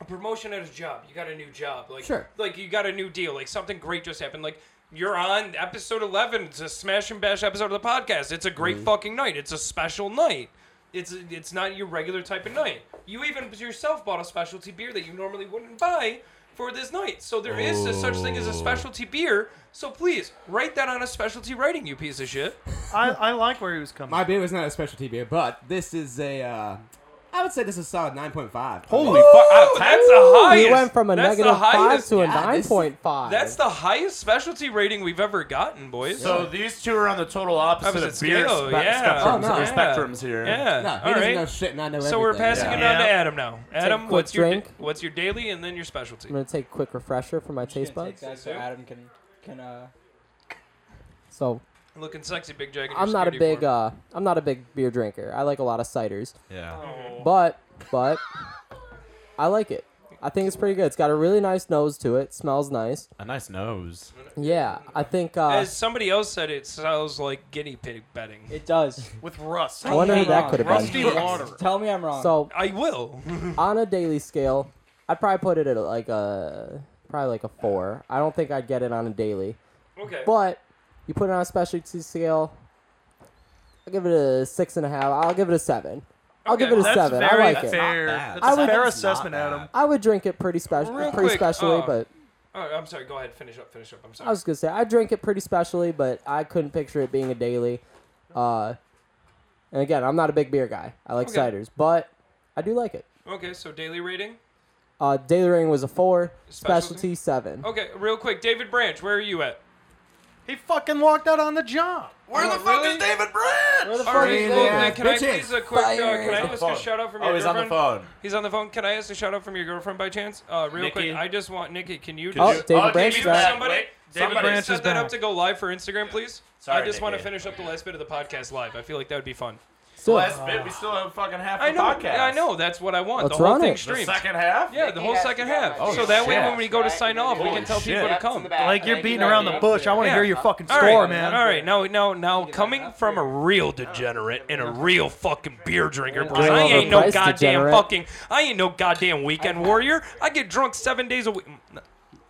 Speaker 2: a promotion at a job. You got a new job, like,
Speaker 5: Sure.
Speaker 2: like you got a new deal, like something great just happened, like. You're on episode 11. It's a smash and bash episode of the podcast. It's a great
Speaker 4: Mm-hmm.
Speaker 2: fucking night. It's a special night. It's it's not your regular type of night. You even yourself bought a specialty beer that you normally wouldn't buy for this night. So there is a such thing as a specialty beer. So please write that on a specialty writing, you piece of shit.
Speaker 3: I, I like where he was coming.
Speaker 5: My beer was not a specialty beer, but this is a. Uh, I would say this is a solid 9.5.
Speaker 1: Holy fuck! Out of 10?
Speaker 2: That's the highest.
Speaker 4: We went from a
Speaker 2: That's the
Speaker 4: negative five
Speaker 2: highest-
Speaker 4: to a
Speaker 5: yeah,
Speaker 4: nine
Speaker 5: this-
Speaker 4: point five.
Speaker 2: That's the highest specialty rating we've ever gotten, boys.
Speaker 1: So these two are on the total opposite
Speaker 2: Opposite
Speaker 1: of beer
Speaker 2: scale,
Speaker 1: spe-
Speaker 2: yeah.
Speaker 1: spectrums,
Speaker 5: Oh, no.
Speaker 1: or
Speaker 5: Yeah.
Speaker 1: spectrums here.
Speaker 2: yeah.
Speaker 5: No, he
Speaker 2: All
Speaker 5: doesn't
Speaker 2: right.
Speaker 5: know shit, and I know
Speaker 2: so we're
Speaker 5: everything.
Speaker 2: passing
Speaker 1: Yeah.
Speaker 2: it on to
Speaker 3: Yeah.
Speaker 2: Adam now. Adam,
Speaker 4: quick
Speaker 2: what's your
Speaker 4: drink. Mm.
Speaker 2: what's your daily and then your specialty?
Speaker 4: I'm gonna take a quick refresher for my taste
Speaker 6: Take
Speaker 4: buds.
Speaker 6: that so Adam can can uh.
Speaker 4: So
Speaker 2: Looking sexy, big jacket.
Speaker 4: I'm not a big uh, I'm not a big beer drinker. I like a lot of ciders,
Speaker 1: Yeah.
Speaker 4: but but I like it. I think it's pretty good. It's got a really nice nose to it. Smells nice.
Speaker 1: A nice nose.
Speaker 4: Yeah, I think. Uh,
Speaker 2: As somebody else said, it sounds like guinea pig betting.
Speaker 6: It does.
Speaker 3: With rust.
Speaker 4: I wonder who
Speaker 6: hate
Speaker 4: that
Speaker 6: on.
Speaker 4: could have
Speaker 3: Rusty
Speaker 4: been.
Speaker 3: water.
Speaker 6: Tell me I'm wrong.
Speaker 4: So
Speaker 2: I will.
Speaker 4: on a daily scale, I'd probably put it at like a probably like a four. I don't think I'd get it on a daily,
Speaker 2: okay.
Speaker 4: but you put it on a specialty scale. I'll give it a six and a half. I'll give it a seven. I'll
Speaker 2: Okay,
Speaker 4: give it a
Speaker 3: That's
Speaker 4: seven. I
Speaker 3: very
Speaker 4: like it.
Speaker 3: fair.
Speaker 1: Not bad.
Speaker 3: That's a
Speaker 4: I would-
Speaker 3: fair
Speaker 1: That's not
Speaker 3: assessment,
Speaker 1: bad.
Speaker 3: Adam.
Speaker 4: I would drink it pretty special,
Speaker 2: Real
Speaker 4: pretty
Speaker 2: quick,
Speaker 4: specially,
Speaker 2: uh,
Speaker 4: but
Speaker 2: Oh, I'm sorry. Go ahead. Finish up. Finish up. I'm sorry.
Speaker 4: I was gonna say I drink it pretty specially, but I couldn't picture it being a daily. Uh, and again, I'm not a big beer guy. I like
Speaker 2: Okay.
Speaker 4: ciders, but I do like it.
Speaker 2: okay, so daily rating.
Speaker 4: Uh, daily rating was a four,
Speaker 2: Specialty?
Speaker 4: specialty seven.
Speaker 2: Okay, real quick, David Branch, where are you at?
Speaker 3: He fucking walked out on the job.
Speaker 1: Where
Speaker 5: Oh,
Speaker 2: the fuck is
Speaker 1: David Branch?
Speaker 6: Where the
Speaker 2: All
Speaker 6: fuck
Speaker 2: right,
Speaker 6: is
Speaker 2: well,
Speaker 6: that?
Speaker 2: then can I
Speaker 5: Bitches.
Speaker 2: please a quick? Uh, can I
Speaker 4: Fired.
Speaker 2: ask a shout out from
Speaker 1: Oh,
Speaker 2: your
Speaker 1: he's on the
Speaker 2: girlfriend?
Speaker 1: phone.
Speaker 2: He's on the phone. Can I ask a shout out from your girlfriend by chance? Uh, real
Speaker 1: Nikki.
Speaker 2: quick, I just want Nikki. Can you?
Speaker 1: Could
Speaker 4: Oh,
Speaker 1: you-
Speaker 4: David Branch
Speaker 1: David
Speaker 4: is back.
Speaker 1: Branch.
Speaker 2: Somebody,
Speaker 1: Wait,
Speaker 2: somebody
Speaker 3: Branch
Speaker 2: set
Speaker 3: is
Speaker 2: that
Speaker 3: back.
Speaker 2: up to go live for Instagram, please.
Speaker 1: Sorry,
Speaker 2: I just want to
Speaker 1: Nikki.
Speaker 2: finish up the last bit of the podcast live. I feel like that would be fun.
Speaker 4: So,
Speaker 1: Last bit, we still have fucking half the
Speaker 2: I know.
Speaker 1: podcast.
Speaker 2: I know. That's what I want.
Speaker 4: Let's
Speaker 2: the whole
Speaker 4: run
Speaker 2: thing
Speaker 4: it.
Speaker 1: The
Speaker 2: streams.
Speaker 1: second Oh, half?
Speaker 2: Yeah, the whole
Speaker 7: has
Speaker 2: second
Speaker 7: to go
Speaker 2: half.
Speaker 7: right
Speaker 2: so
Speaker 1: now.
Speaker 2: that way
Speaker 1: Shit.
Speaker 2: when we go to
Speaker 7: Right,
Speaker 2: sign
Speaker 7: you're
Speaker 2: off, we
Speaker 7: gonna
Speaker 2: can
Speaker 1: do
Speaker 2: tell
Speaker 1: it.
Speaker 2: people to come.
Speaker 3: Like you're beating
Speaker 7: Thank you.
Speaker 3: around the bush. I want to
Speaker 2: Yeah.
Speaker 3: hear your fucking
Speaker 2: All
Speaker 3: score,
Speaker 2: right,
Speaker 3: man.
Speaker 2: All right, now, now, now, coming from a real degenerate and a real fucking beer drinker, because I ain't no
Speaker 4: Overpriced
Speaker 2: goddamn
Speaker 4: degenerate.
Speaker 2: fucking, I ain't no goddamn weekend warrior. I get drunk seven days a week, Mm, no,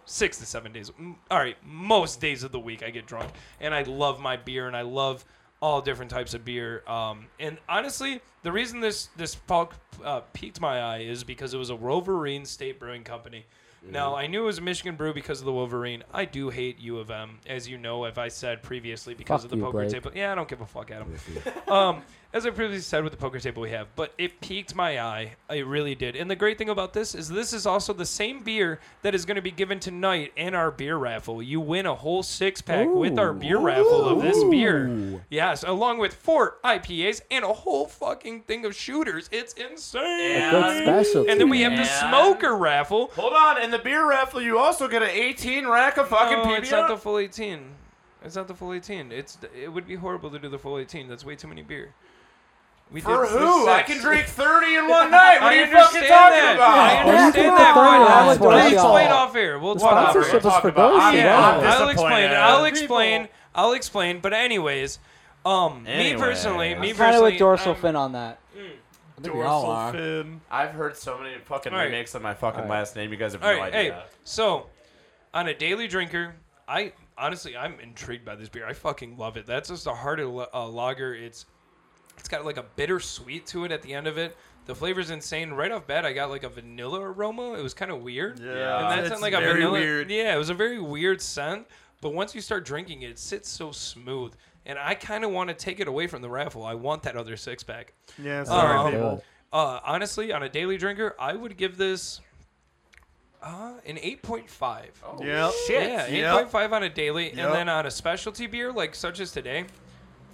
Speaker 2: six to seven days. Mm, All right, most days of the week I get drunk, and I love my beer, and I love all different types of beer. Um, and honestly, the reason this this pulp uh, piqued my eye is because it was a Wolverine State Brewing Company.
Speaker 4: Mm-hmm.
Speaker 2: Now I knew it was a Michigan brew because of the Wolverine. I do hate U of M, as you know, if I said previously because
Speaker 4: Fuck
Speaker 2: of the
Speaker 4: you,
Speaker 2: poker
Speaker 4: Blake.
Speaker 2: table. Yeah, I don't give a fuck, Adam. um, as I previously said with the poker table we have, but it piqued my eye. It really did. And the great thing about this is this is also the same beer that is going to be given tonight in our beer raffle. You win a whole six pack with our beer raffle of this beer. Yes, along with four IPAs and a whole fucking thing of shooters. It's insane.
Speaker 4: good specialty.
Speaker 2: And then we have the smoker raffle.
Speaker 1: Hold on, in the beer raffle, you also get an 18 rack of fucking
Speaker 2: no,
Speaker 1: PBR.
Speaker 2: Oh, it's not the full 18. It's not the full 18. It's it would be horrible to do the full 18. That's way too many beer. We
Speaker 1: For
Speaker 2: did-
Speaker 1: who? I
Speaker 2: sucks.
Speaker 1: can drink 30 in one night. What
Speaker 2: I
Speaker 1: are you fucking
Speaker 2: understand
Speaker 1: talking
Speaker 2: that. I
Speaker 1: about?
Speaker 4: Yeah,
Speaker 2: understand
Speaker 4: keep
Speaker 2: that, Brian.
Speaker 4: the phone
Speaker 2: I'll,
Speaker 4: off,
Speaker 2: I'll
Speaker 4: Brian.
Speaker 2: explain off air. We'll talk off air.
Speaker 4: Sponsorship is for those.
Speaker 1: I'm,
Speaker 4: Yeah.
Speaker 1: I'm
Speaker 2: I'll explain.
Speaker 1: disappointed.
Speaker 2: I'll explain. I'll explain. But anyways, um,
Speaker 1: Anyways.
Speaker 2: me personally, me
Speaker 6: I'm kind of
Speaker 2: personally,
Speaker 6: with dorsal
Speaker 2: I'm-
Speaker 6: fin on that.
Speaker 4: all
Speaker 3: Dorsal
Speaker 4: are.
Speaker 3: fin.
Speaker 1: I've heard so many fucking
Speaker 2: All right.
Speaker 1: remakes of my fucking last name. You guys have
Speaker 2: All
Speaker 1: no
Speaker 2: right, hey.
Speaker 1: idea.
Speaker 2: So, on a daily drinker, I honestly I'm intrigued by this beer. I fucking love it. That's just a harder la- uh, lager. It's it's got like a bittersweet to it at the end of it. The flavor's insane. Right off bat, I got like a vanilla aroma. It was kind of weird.
Speaker 1: Yeah.
Speaker 2: and that's
Speaker 3: It's
Speaker 2: like a
Speaker 3: very
Speaker 2: vanilla.
Speaker 3: weird.
Speaker 2: Yeah, it was a very weird scent. But once you start drinking it, it sits so smooth. And I kind of want to take it away from the raffle. I want that other six pack.
Speaker 3: Yeah, sorry,
Speaker 2: Uh,
Speaker 3: people.
Speaker 2: Uh, honestly, on a daily drinker, I would give this uh, an 8.5.
Speaker 3: Yeah.
Speaker 2: Yeah, eight
Speaker 3: Oh. Yep.
Speaker 2: point five on a daily,
Speaker 3: Yep.
Speaker 2: and then on a specialty beer like such as today,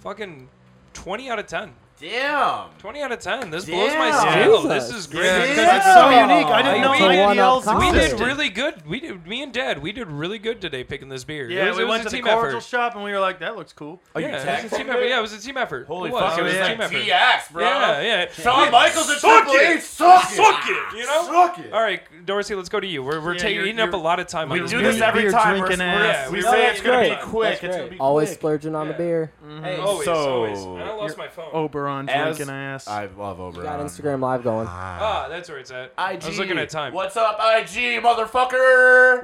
Speaker 2: fucking twenty out of ten.
Speaker 1: Damn.
Speaker 2: 20 out of ten. This blows my
Speaker 1: Damn.
Speaker 2: scale.
Speaker 4: Jesus.
Speaker 2: This is great.
Speaker 3: Yeah, because
Speaker 2: Because
Speaker 3: it's so unique. I
Speaker 2: Like,
Speaker 3: didn't know
Speaker 2: we did-
Speaker 3: IDLs
Speaker 4: we
Speaker 2: we
Speaker 4: did
Speaker 2: did
Speaker 3: existed.
Speaker 2: really good. We did. Me and Dad, we did really good today picking this beer.
Speaker 3: Yeah,
Speaker 2: it was,
Speaker 3: we
Speaker 2: it was
Speaker 3: went
Speaker 2: a
Speaker 3: to the
Speaker 2: team
Speaker 3: cordial
Speaker 2: effort.
Speaker 3: shop and we were like, that looks cool.
Speaker 1: Are you
Speaker 2: yeah, it was a
Speaker 1: taxing
Speaker 2: team effort.
Speaker 1: me?
Speaker 2: Yeah, it was a team effort.
Speaker 1: Holy
Speaker 2: it was.
Speaker 1: fuck,
Speaker 2: It
Speaker 1: it
Speaker 2: was
Speaker 1: was
Speaker 2: a team
Speaker 1: like
Speaker 2: effort.
Speaker 1: TX, bro.
Speaker 2: Yeah, yeah.
Speaker 1: Shawn Michaels and
Speaker 2: Suck
Speaker 1: Triple H,
Speaker 2: it.
Speaker 1: suck it.
Speaker 2: Suck it. You know.
Speaker 1: Suck it.
Speaker 2: All right, Dorsey. Let's go to you. We're we're
Speaker 3: Yeah,
Speaker 2: taking
Speaker 3: you're-
Speaker 2: eating up a
Speaker 3: you're-
Speaker 2: lot of time.
Speaker 3: we
Speaker 2: on
Speaker 3: do
Speaker 1: Do
Speaker 2: beer.
Speaker 1: this every
Speaker 3: Beer
Speaker 1: time. We're,
Speaker 3: drinking
Speaker 1: we're-
Speaker 2: ass.
Speaker 1: we
Speaker 2: Yeah,
Speaker 1: say
Speaker 2: we-
Speaker 1: it's gonna
Speaker 6: That's
Speaker 1: be quick.
Speaker 6: great.
Speaker 1: It's gonna be
Speaker 4: Always
Speaker 1: quick.
Speaker 4: splurging on
Speaker 2: Yeah.
Speaker 4: the beer.
Speaker 6: Hey,
Speaker 2: Always, always.
Speaker 1: So-
Speaker 2: And I lost my phone.
Speaker 3: Oberon
Speaker 1: As-
Speaker 3: drinking ass.
Speaker 1: I love Oberon.
Speaker 4: Got Instagram live going.
Speaker 2: Ah, that's where it's at.
Speaker 1: IG.
Speaker 2: I was looking at time.
Speaker 1: What's up, IG, motherfucker? Ah,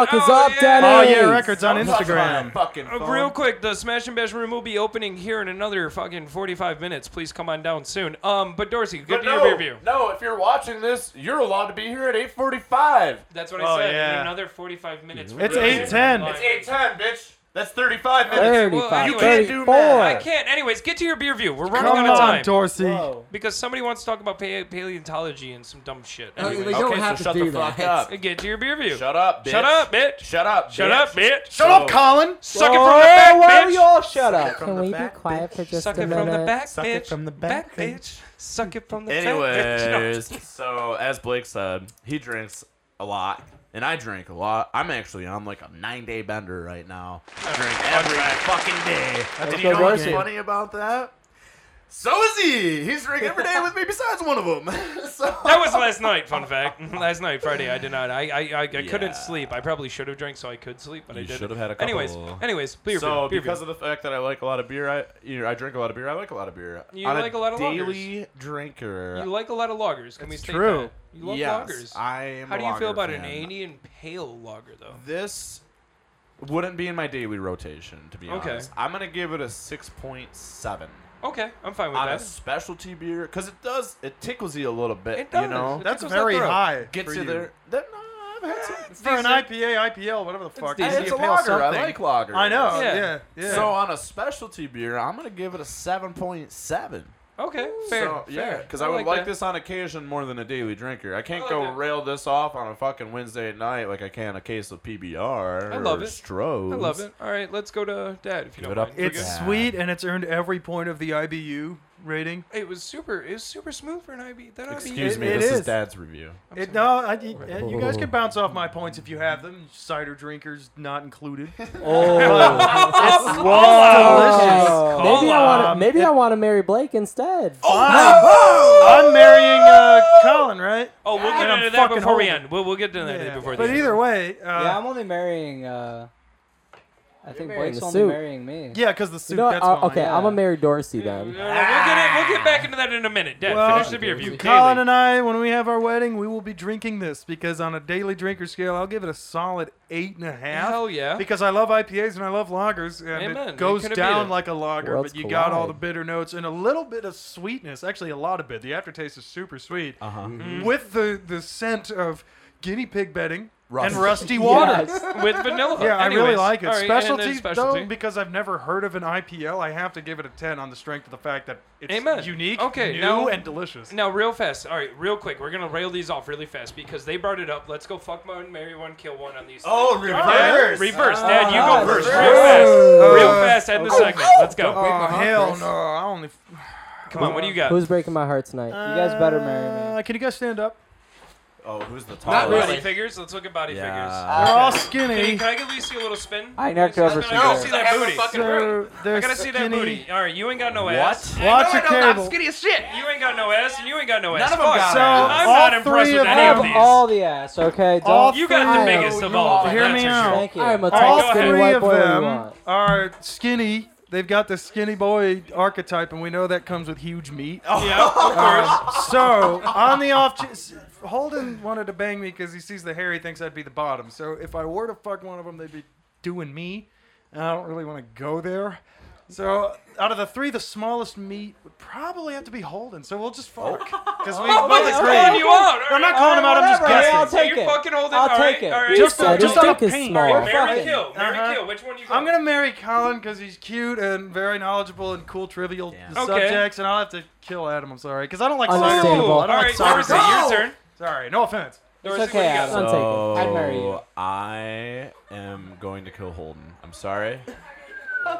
Speaker 4: What the fuck is
Speaker 2: oh,
Speaker 4: up,
Speaker 2: yeah.
Speaker 4: Denny?
Speaker 3: oh, yeah, records on
Speaker 1: Don't touch my
Speaker 3: Instagram.
Speaker 1: Fucking
Speaker 2: Uh,
Speaker 1: phone.
Speaker 2: real quick, the Smash and Bash room will be opening here in another fucking 45 minutes. Please come on down soon. Um, but Dorsey, get
Speaker 1: But
Speaker 2: to
Speaker 1: no,
Speaker 2: your beer review.
Speaker 1: no, if you're watching this, you're allowed to be here at 8:45.
Speaker 2: That's what
Speaker 3: Oh,
Speaker 2: I said.
Speaker 3: yeah.
Speaker 2: In another 45 minutes.
Speaker 3: It's
Speaker 2: we're
Speaker 3: 8:10.
Speaker 2: gonna be
Speaker 1: It's 8:10, bitch. That's 35 minutes.
Speaker 2: well,
Speaker 4: 35,
Speaker 2: you can't
Speaker 1: do
Speaker 4: 34.
Speaker 1: math.
Speaker 2: I can't. Anyways, get to your beer review. We're running
Speaker 3: Come
Speaker 2: out of time.
Speaker 3: on, Dorsey.
Speaker 6: Whoa.
Speaker 2: because somebody wants to talk about pa- paleontology and some dumb shit.
Speaker 5: No,
Speaker 2: Anyways,
Speaker 5: we don't
Speaker 1: okay,
Speaker 5: have
Speaker 1: so
Speaker 5: to
Speaker 1: shut
Speaker 5: do
Speaker 1: the fuck
Speaker 5: that.
Speaker 1: up.
Speaker 2: Get to your beer review.
Speaker 1: Shut up, bitch.
Speaker 2: Shut up, bitch.
Speaker 1: Shut up, bitch.
Speaker 2: Shut up, bitch.
Speaker 3: Shut up, Colin.
Speaker 2: Suck it from the back,
Speaker 6: why
Speaker 2: bitch.
Speaker 6: do y'all Oh, shut up?
Speaker 4: Can we be quiet for just
Speaker 2: Suck
Speaker 4: a
Speaker 2: it from
Speaker 4: minute?
Speaker 2: the back,
Speaker 3: Suck
Speaker 2: bitch.
Speaker 3: it from the back, bitch.
Speaker 2: bitch. Suck it from the back, bitch. No, I'm just
Speaker 1: Anyways, so as Blake said, he drinks a lot, and I drink a lot. I'm actually on like a nine day bender right now. I drink every fucking day. and you
Speaker 4: go
Speaker 1: know what's
Speaker 4: Russian.
Speaker 1: funny about that? So is he. He's drinking every day with me, besides one of them. so
Speaker 2: That was last night. Fun fact: last night, Friday, I did not. I I, I, I
Speaker 1: Yeah.
Speaker 2: couldn't sleep. I probably should have drank so I could sleep, but I
Speaker 1: You
Speaker 2: didn't.
Speaker 1: should have had a
Speaker 2: Anyways,
Speaker 1: couple.
Speaker 2: anyways, beer.
Speaker 1: so
Speaker 2: beer,
Speaker 1: because
Speaker 2: beer.
Speaker 1: of the fact that I like a lot of beer, I you know, I drink a lot of beer. I like a lot of beer.
Speaker 2: You
Speaker 1: On
Speaker 2: like a lot of lagers.
Speaker 1: daily drinker.
Speaker 2: you like a lot of loggers. Can we
Speaker 3: It's
Speaker 2: state
Speaker 3: true.
Speaker 2: that? You love
Speaker 1: yes,
Speaker 2: loggers.
Speaker 1: I am.
Speaker 2: How
Speaker 1: a
Speaker 2: do you feel
Speaker 1: lager
Speaker 2: about an
Speaker 1: fan.
Speaker 2: Indian pale lager though?
Speaker 1: This wouldn't be in my daily rotation, to be
Speaker 2: Okay.
Speaker 1: honest. I'm gonna give it a six point seven
Speaker 2: Okay, I'm fine with
Speaker 1: on a
Speaker 2: that.
Speaker 1: specialty beer because it does it tickles you a little bit.
Speaker 2: It does.
Speaker 1: You know,
Speaker 2: It
Speaker 3: That's
Speaker 2: tickles that
Speaker 3: very
Speaker 2: throat.
Speaker 3: high.
Speaker 1: gets
Speaker 3: for
Speaker 1: you there. uh, That, no, I
Speaker 3: I've had some for an
Speaker 2: decent.
Speaker 3: IPA, IPL, whatever the fuck. E
Speaker 1: Hey,
Speaker 3: Easy
Speaker 1: it's a
Speaker 3: Impale
Speaker 1: lager. I
Speaker 3: something.
Speaker 1: like lager.
Speaker 3: I know.
Speaker 2: Yeah.
Speaker 3: Yeah. yeah,
Speaker 1: So on a specialty beer, I'm gonna give it a seven point seven.
Speaker 2: Okay, fair.
Speaker 1: So, yeah,
Speaker 2: fair.
Speaker 1: because I, would like,
Speaker 2: that.
Speaker 1: this on occasion more than a daily drinker. I can't
Speaker 2: I like
Speaker 1: go
Speaker 2: that.
Speaker 1: rail this off on a fucking Wednesday at night like I can a case of PBR.
Speaker 2: I love
Speaker 1: or
Speaker 2: it.
Speaker 1: Strohs.
Speaker 2: I love it. All right, let's go to Dad if you
Speaker 1: Give
Speaker 2: don't
Speaker 1: it up.
Speaker 2: mind. We
Speaker 3: it's
Speaker 2: good?
Speaker 1: Yeah.
Speaker 3: sweet and it's earned every point of the IBU rating.
Speaker 2: It was super. It was super smooth for an IB. That
Speaker 1: Excuse
Speaker 3: It-
Speaker 1: me,
Speaker 3: it
Speaker 1: this is.
Speaker 3: is.
Speaker 1: Dad's review.
Speaker 3: It, no, I, you uh, you guys can bounce off my points if you have them. Cider drinkers not included.
Speaker 4: Oh,
Speaker 3: Wow.
Speaker 4: maybe I
Speaker 3: Um,
Speaker 4: want to. Maybe I want to marry Blake instead.
Speaker 3: I'm marrying uh, Colin, right?
Speaker 2: Oh, we'll
Speaker 3: And
Speaker 2: get
Speaker 3: I'm
Speaker 2: into that
Speaker 3: fucking
Speaker 2: before we
Speaker 3: holding.
Speaker 2: end. We'll, we'll get into that
Speaker 3: Yeah.
Speaker 2: before the
Speaker 3: But
Speaker 2: end.
Speaker 3: either way, uh,
Speaker 6: yeah, I'm only marrying. Uh, I think
Speaker 4: marrying
Speaker 6: Blake's
Speaker 4: the
Speaker 6: only
Speaker 4: suit.
Speaker 6: marrying me.
Speaker 3: yeah, because the suit.
Speaker 4: You know what?
Speaker 3: that's
Speaker 4: I'll-
Speaker 3: fine.
Speaker 4: uh, okay, I'm gonna marry Dorsey then.
Speaker 2: No, no, we'll, get it, we'll get back into that in a minute. Dad,
Speaker 3: Ah. Well,
Speaker 2: finish the beer review.
Speaker 3: Colin
Speaker 2: Daily.
Speaker 3: and I, when we have our wedding, we will be drinking this because on a daily drinker scale, I'll give it a solid eight and a half.
Speaker 2: Hell yeah.
Speaker 3: Because I love IPAs and I love lagers, and
Speaker 2: Amen. We
Speaker 3: it goes
Speaker 2: couldn't beat
Speaker 3: down
Speaker 2: it.
Speaker 3: like a lager,
Speaker 4: Worlds
Speaker 3: but you got all
Speaker 4: collide.
Speaker 3: the bitter notes and a little bit of sweetness. Actually, a lot of bit. The aftertaste is super sweet
Speaker 1: Uh huh.
Speaker 2: Mm-hmm.
Speaker 3: with the the scent of guinea pig bedding
Speaker 1: Rust.
Speaker 3: and rusty water.
Speaker 2: With vanilla.
Speaker 3: Yeah, I really
Speaker 2: Uh, Anyways,
Speaker 3: like it.
Speaker 2: all right, and
Speaker 3: specialty,
Speaker 2: then
Speaker 3: though, because I've never heard of an IPL, I have to give it a 10 on the strength of the fact that it's
Speaker 2: Amen.
Speaker 3: unique,
Speaker 2: Okay,
Speaker 3: new,
Speaker 2: now-
Speaker 3: and delicious.
Speaker 2: Now, real fast. All right, real quick. We're gonna rail these off really fast because they brought it up. Let's go fuck one, marry one, kill one on these.
Speaker 1: Oh,
Speaker 2: reverse.
Speaker 1: reverse.
Speaker 2: Reverse, Dad. You
Speaker 6: Ah,
Speaker 2: go first.
Speaker 1: reverse.
Speaker 2: Real fast. Real fast. End the segment. Let's go.
Speaker 5: break
Speaker 3: Uh, Oh,
Speaker 5: my heart,
Speaker 3: hell
Speaker 5: Chris.
Speaker 3: no. I only.
Speaker 2: Come on. What do you got?
Speaker 4: Who's breaking my heart tonight?
Speaker 6: You guys better marry me.
Speaker 3: Uh, can you guys stand up?
Speaker 1: Oh, who's the
Speaker 5: Not
Speaker 1: tallest?
Speaker 2: Body
Speaker 5: really.
Speaker 2: figures. Let's look at body
Speaker 1: Yeah.
Speaker 2: figures.
Speaker 3: They're all
Speaker 2: Ah, Can,
Speaker 3: skinny.
Speaker 2: you- can I at least see a little spin?
Speaker 6: I knocked over
Speaker 2: I
Speaker 6: some
Speaker 2: gotta
Speaker 6: beer.
Speaker 2: see that booty.
Speaker 3: They're, they're
Speaker 2: I gotta see that
Speaker 3: skinny.
Speaker 2: booty. All right, you ain't got no ass.
Speaker 1: What?
Speaker 3: Lots of cable.
Speaker 2: You ain't got no ass, and you ain't got no ass.
Speaker 1: None of 'em
Speaker 2: Fuck.
Speaker 1: got
Speaker 3: So,
Speaker 1: ass.
Speaker 2: I'm
Speaker 3: all
Speaker 2: not
Speaker 3: three
Speaker 2: impressed with
Speaker 3: of
Speaker 2: any of
Speaker 3: them-
Speaker 2: these.
Speaker 6: all the ass, okay? Don't.
Speaker 3: All
Speaker 2: you got the
Speaker 3: three.
Speaker 2: biggest of all. of them,
Speaker 3: Hear
Speaker 2: that's
Speaker 3: me
Speaker 2: for
Speaker 3: out.
Speaker 2: sure.
Speaker 6: Thank you.
Speaker 4: I'm a
Speaker 3: all
Speaker 4: tall, skinny
Speaker 3: three
Speaker 4: white
Speaker 3: of
Speaker 4: boy. you
Speaker 3: them
Speaker 4: want.
Speaker 3: are skinny. They've got the skinny boy archetype, and we know that comes with huge meat.
Speaker 2: Yeah, of course.
Speaker 3: Um, So on the off, ch- Holden wanted to bang me because he sees the hair. He thinks I'd be the bottom. So if I were to fuck one of them, they'd be doing me, and I don't really want to go there. So out of the three, the smallest meat would probably have to be Holden. So we'll just fuck because we
Speaker 2: Oh,
Speaker 3: both
Speaker 2: It's calling
Speaker 3: agree.
Speaker 2: you out.
Speaker 3: I'm not
Speaker 2: alright.
Speaker 3: calling him out. I'm just
Speaker 6: whatever,
Speaker 3: guessing.
Speaker 6: I'll
Speaker 2: So
Speaker 6: take
Speaker 2: you
Speaker 6: it.
Speaker 2: fucking hold it.
Speaker 6: I'll
Speaker 2: all right,
Speaker 6: take it.
Speaker 2: All right.
Speaker 3: Just-
Speaker 4: Said
Speaker 3: just
Speaker 4: his
Speaker 3: out of
Speaker 4: dick is
Speaker 3: pain.
Speaker 4: small.
Speaker 2: Mary
Speaker 3: fucking-
Speaker 2: kill. Mary
Speaker 3: Uh-huh.
Speaker 2: kill. Which one you? Got?
Speaker 3: I'm gonna marry Colin because he's cute and very knowledgeable and cool trivial
Speaker 2: Okay.
Speaker 3: subjects, and I'll have to kill Adam. I'm sorry because I don't like
Speaker 2: Ooh,
Speaker 3: cider.
Speaker 4: Understandable.
Speaker 2: all
Speaker 3: I don't
Speaker 2: right,
Speaker 3: like cider.
Speaker 2: Dorsey, your turn.
Speaker 3: Sorry, no offense.
Speaker 2: Dorsey,
Speaker 6: It's
Speaker 2: what do you
Speaker 6: okay,
Speaker 2: got?
Speaker 6: Adam. I'll take it. I'd marry you.
Speaker 1: So, Oh, I am going to kill Holden. I'm sorry.